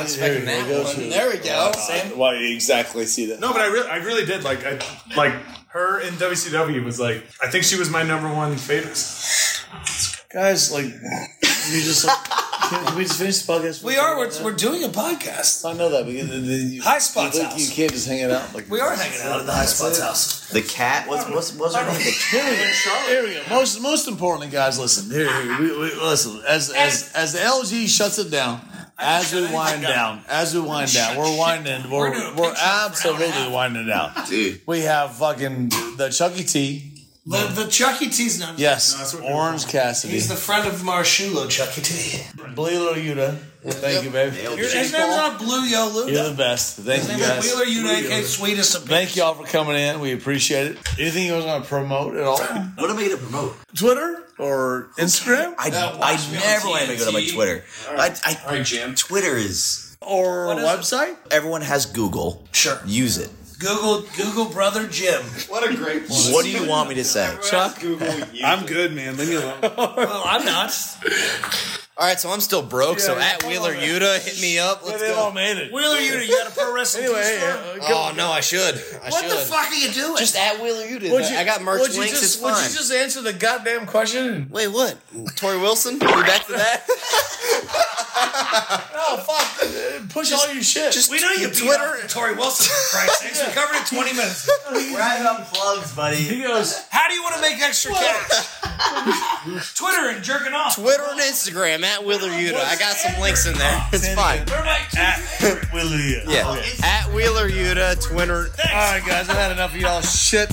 Speaker 8: expecting
Speaker 2: there
Speaker 8: Oh, that
Speaker 2: we go,
Speaker 8: one.
Speaker 2: Trish.
Speaker 8: There we go.
Speaker 2: Why you exactly see that?
Speaker 11: No, but I really, I really did like, I, like her in WCW was like, I think she was my number one favorite.
Speaker 2: Guys, like you just like, can, can we just finish the podcast?
Speaker 3: we are. We're, we're doing a podcast.
Speaker 2: I know that because the, the, you,
Speaker 3: High Spots
Speaker 2: you, think
Speaker 3: House.
Speaker 2: you can't just hang it out. Like
Speaker 3: We are hanging out at the High Spots house.
Speaker 1: The cat was was was her name? The cat.
Speaker 2: Here we go. Here we go. Most most importantly, guys, listen. Here, here, we, we, listen. As as as the LG shuts it down, as we wind down, as we wind down, we're winding. We're we're absolutely winding down.
Speaker 1: Dude,
Speaker 2: We have fucking the Chuck E. T.
Speaker 3: The, the Chucky T's number.
Speaker 2: Yes, Orange Cassidy.
Speaker 3: He's the friend of Marshulo Chucky T.
Speaker 2: Blue Yuta. Thank you, baby.
Speaker 3: Your, his name's not Blue Yo
Speaker 2: You're
Speaker 3: Luda.
Speaker 2: the best. Thank
Speaker 3: His
Speaker 2: you
Speaker 3: name
Speaker 2: guys.
Speaker 3: is Wheeler United, sweetest of
Speaker 2: Thank y'all for coming in. We appreciate it. Anything you guys want to promote at all?
Speaker 1: what am I gonna promote?
Speaker 2: Twitter or Instagram
Speaker 1: I, I never want to go to my Twitter. I, I, Twitter is
Speaker 2: or
Speaker 3: What is it?
Speaker 2: website?
Speaker 1: everyone has Google.
Speaker 3: Sure.
Speaker 1: use it.
Speaker 3: Google Google brother Jim.
Speaker 8: What a great one.
Speaker 1: What do you want me to say?
Speaker 2: Chuck.
Speaker 11: I'm good, man. Leave me alone.
Speaker 3: Well, I'm not.
Speaker 8: All right, so I'm still broke. so
Speaker 3: Yeah,
Speaker 8: at
Speaker 3: yeah.
Speaker 8: Wheeler Yuta, hit me up. Let's go.
Speaker 3: Wheeler Yuta, you got a pro wrestling anyway,
Speaker 8: Oh no, I should. I
Speaker 3: What
Speaker 8: should.
Speaker 3: the fuck are you doing?
Speaker 8: Just at Wheeler Yuta. I got merch
Speaker 13: would you
Speaker 8: links.
Speaker 13: Just,
Speaker 8: it's
Speaker 13: would
Speaker 8: fine.
Speaker 13: you just answer the goddamn question?
Speaker 8: Wait, what? Tori Wilson? Are we back to that?
Speaker 13: no, fuck. Uh, Push all your shit.
Speaker 8: just
Speaker 3: we know you beat
Speaker 13: Twitter-
Speaker 3: up Tori Wilson. For Christ's sakes, we covered it twenty minutes.
Speaker 1: We're having plugs, buddy. He
Speaker 13: goes,
Speaker 3: How do you want to make extra cash? Twitter and jerking off.
Speaker 8: Twitter and Instagram at Wheeler Yuta. I got some links in there. It's fine.
Speaker 9: Wheeler Yuta.
Speaker 8: Yeah. At Wheeler Yuta, Twitter. All right, guys, I've had enough of y'all shit.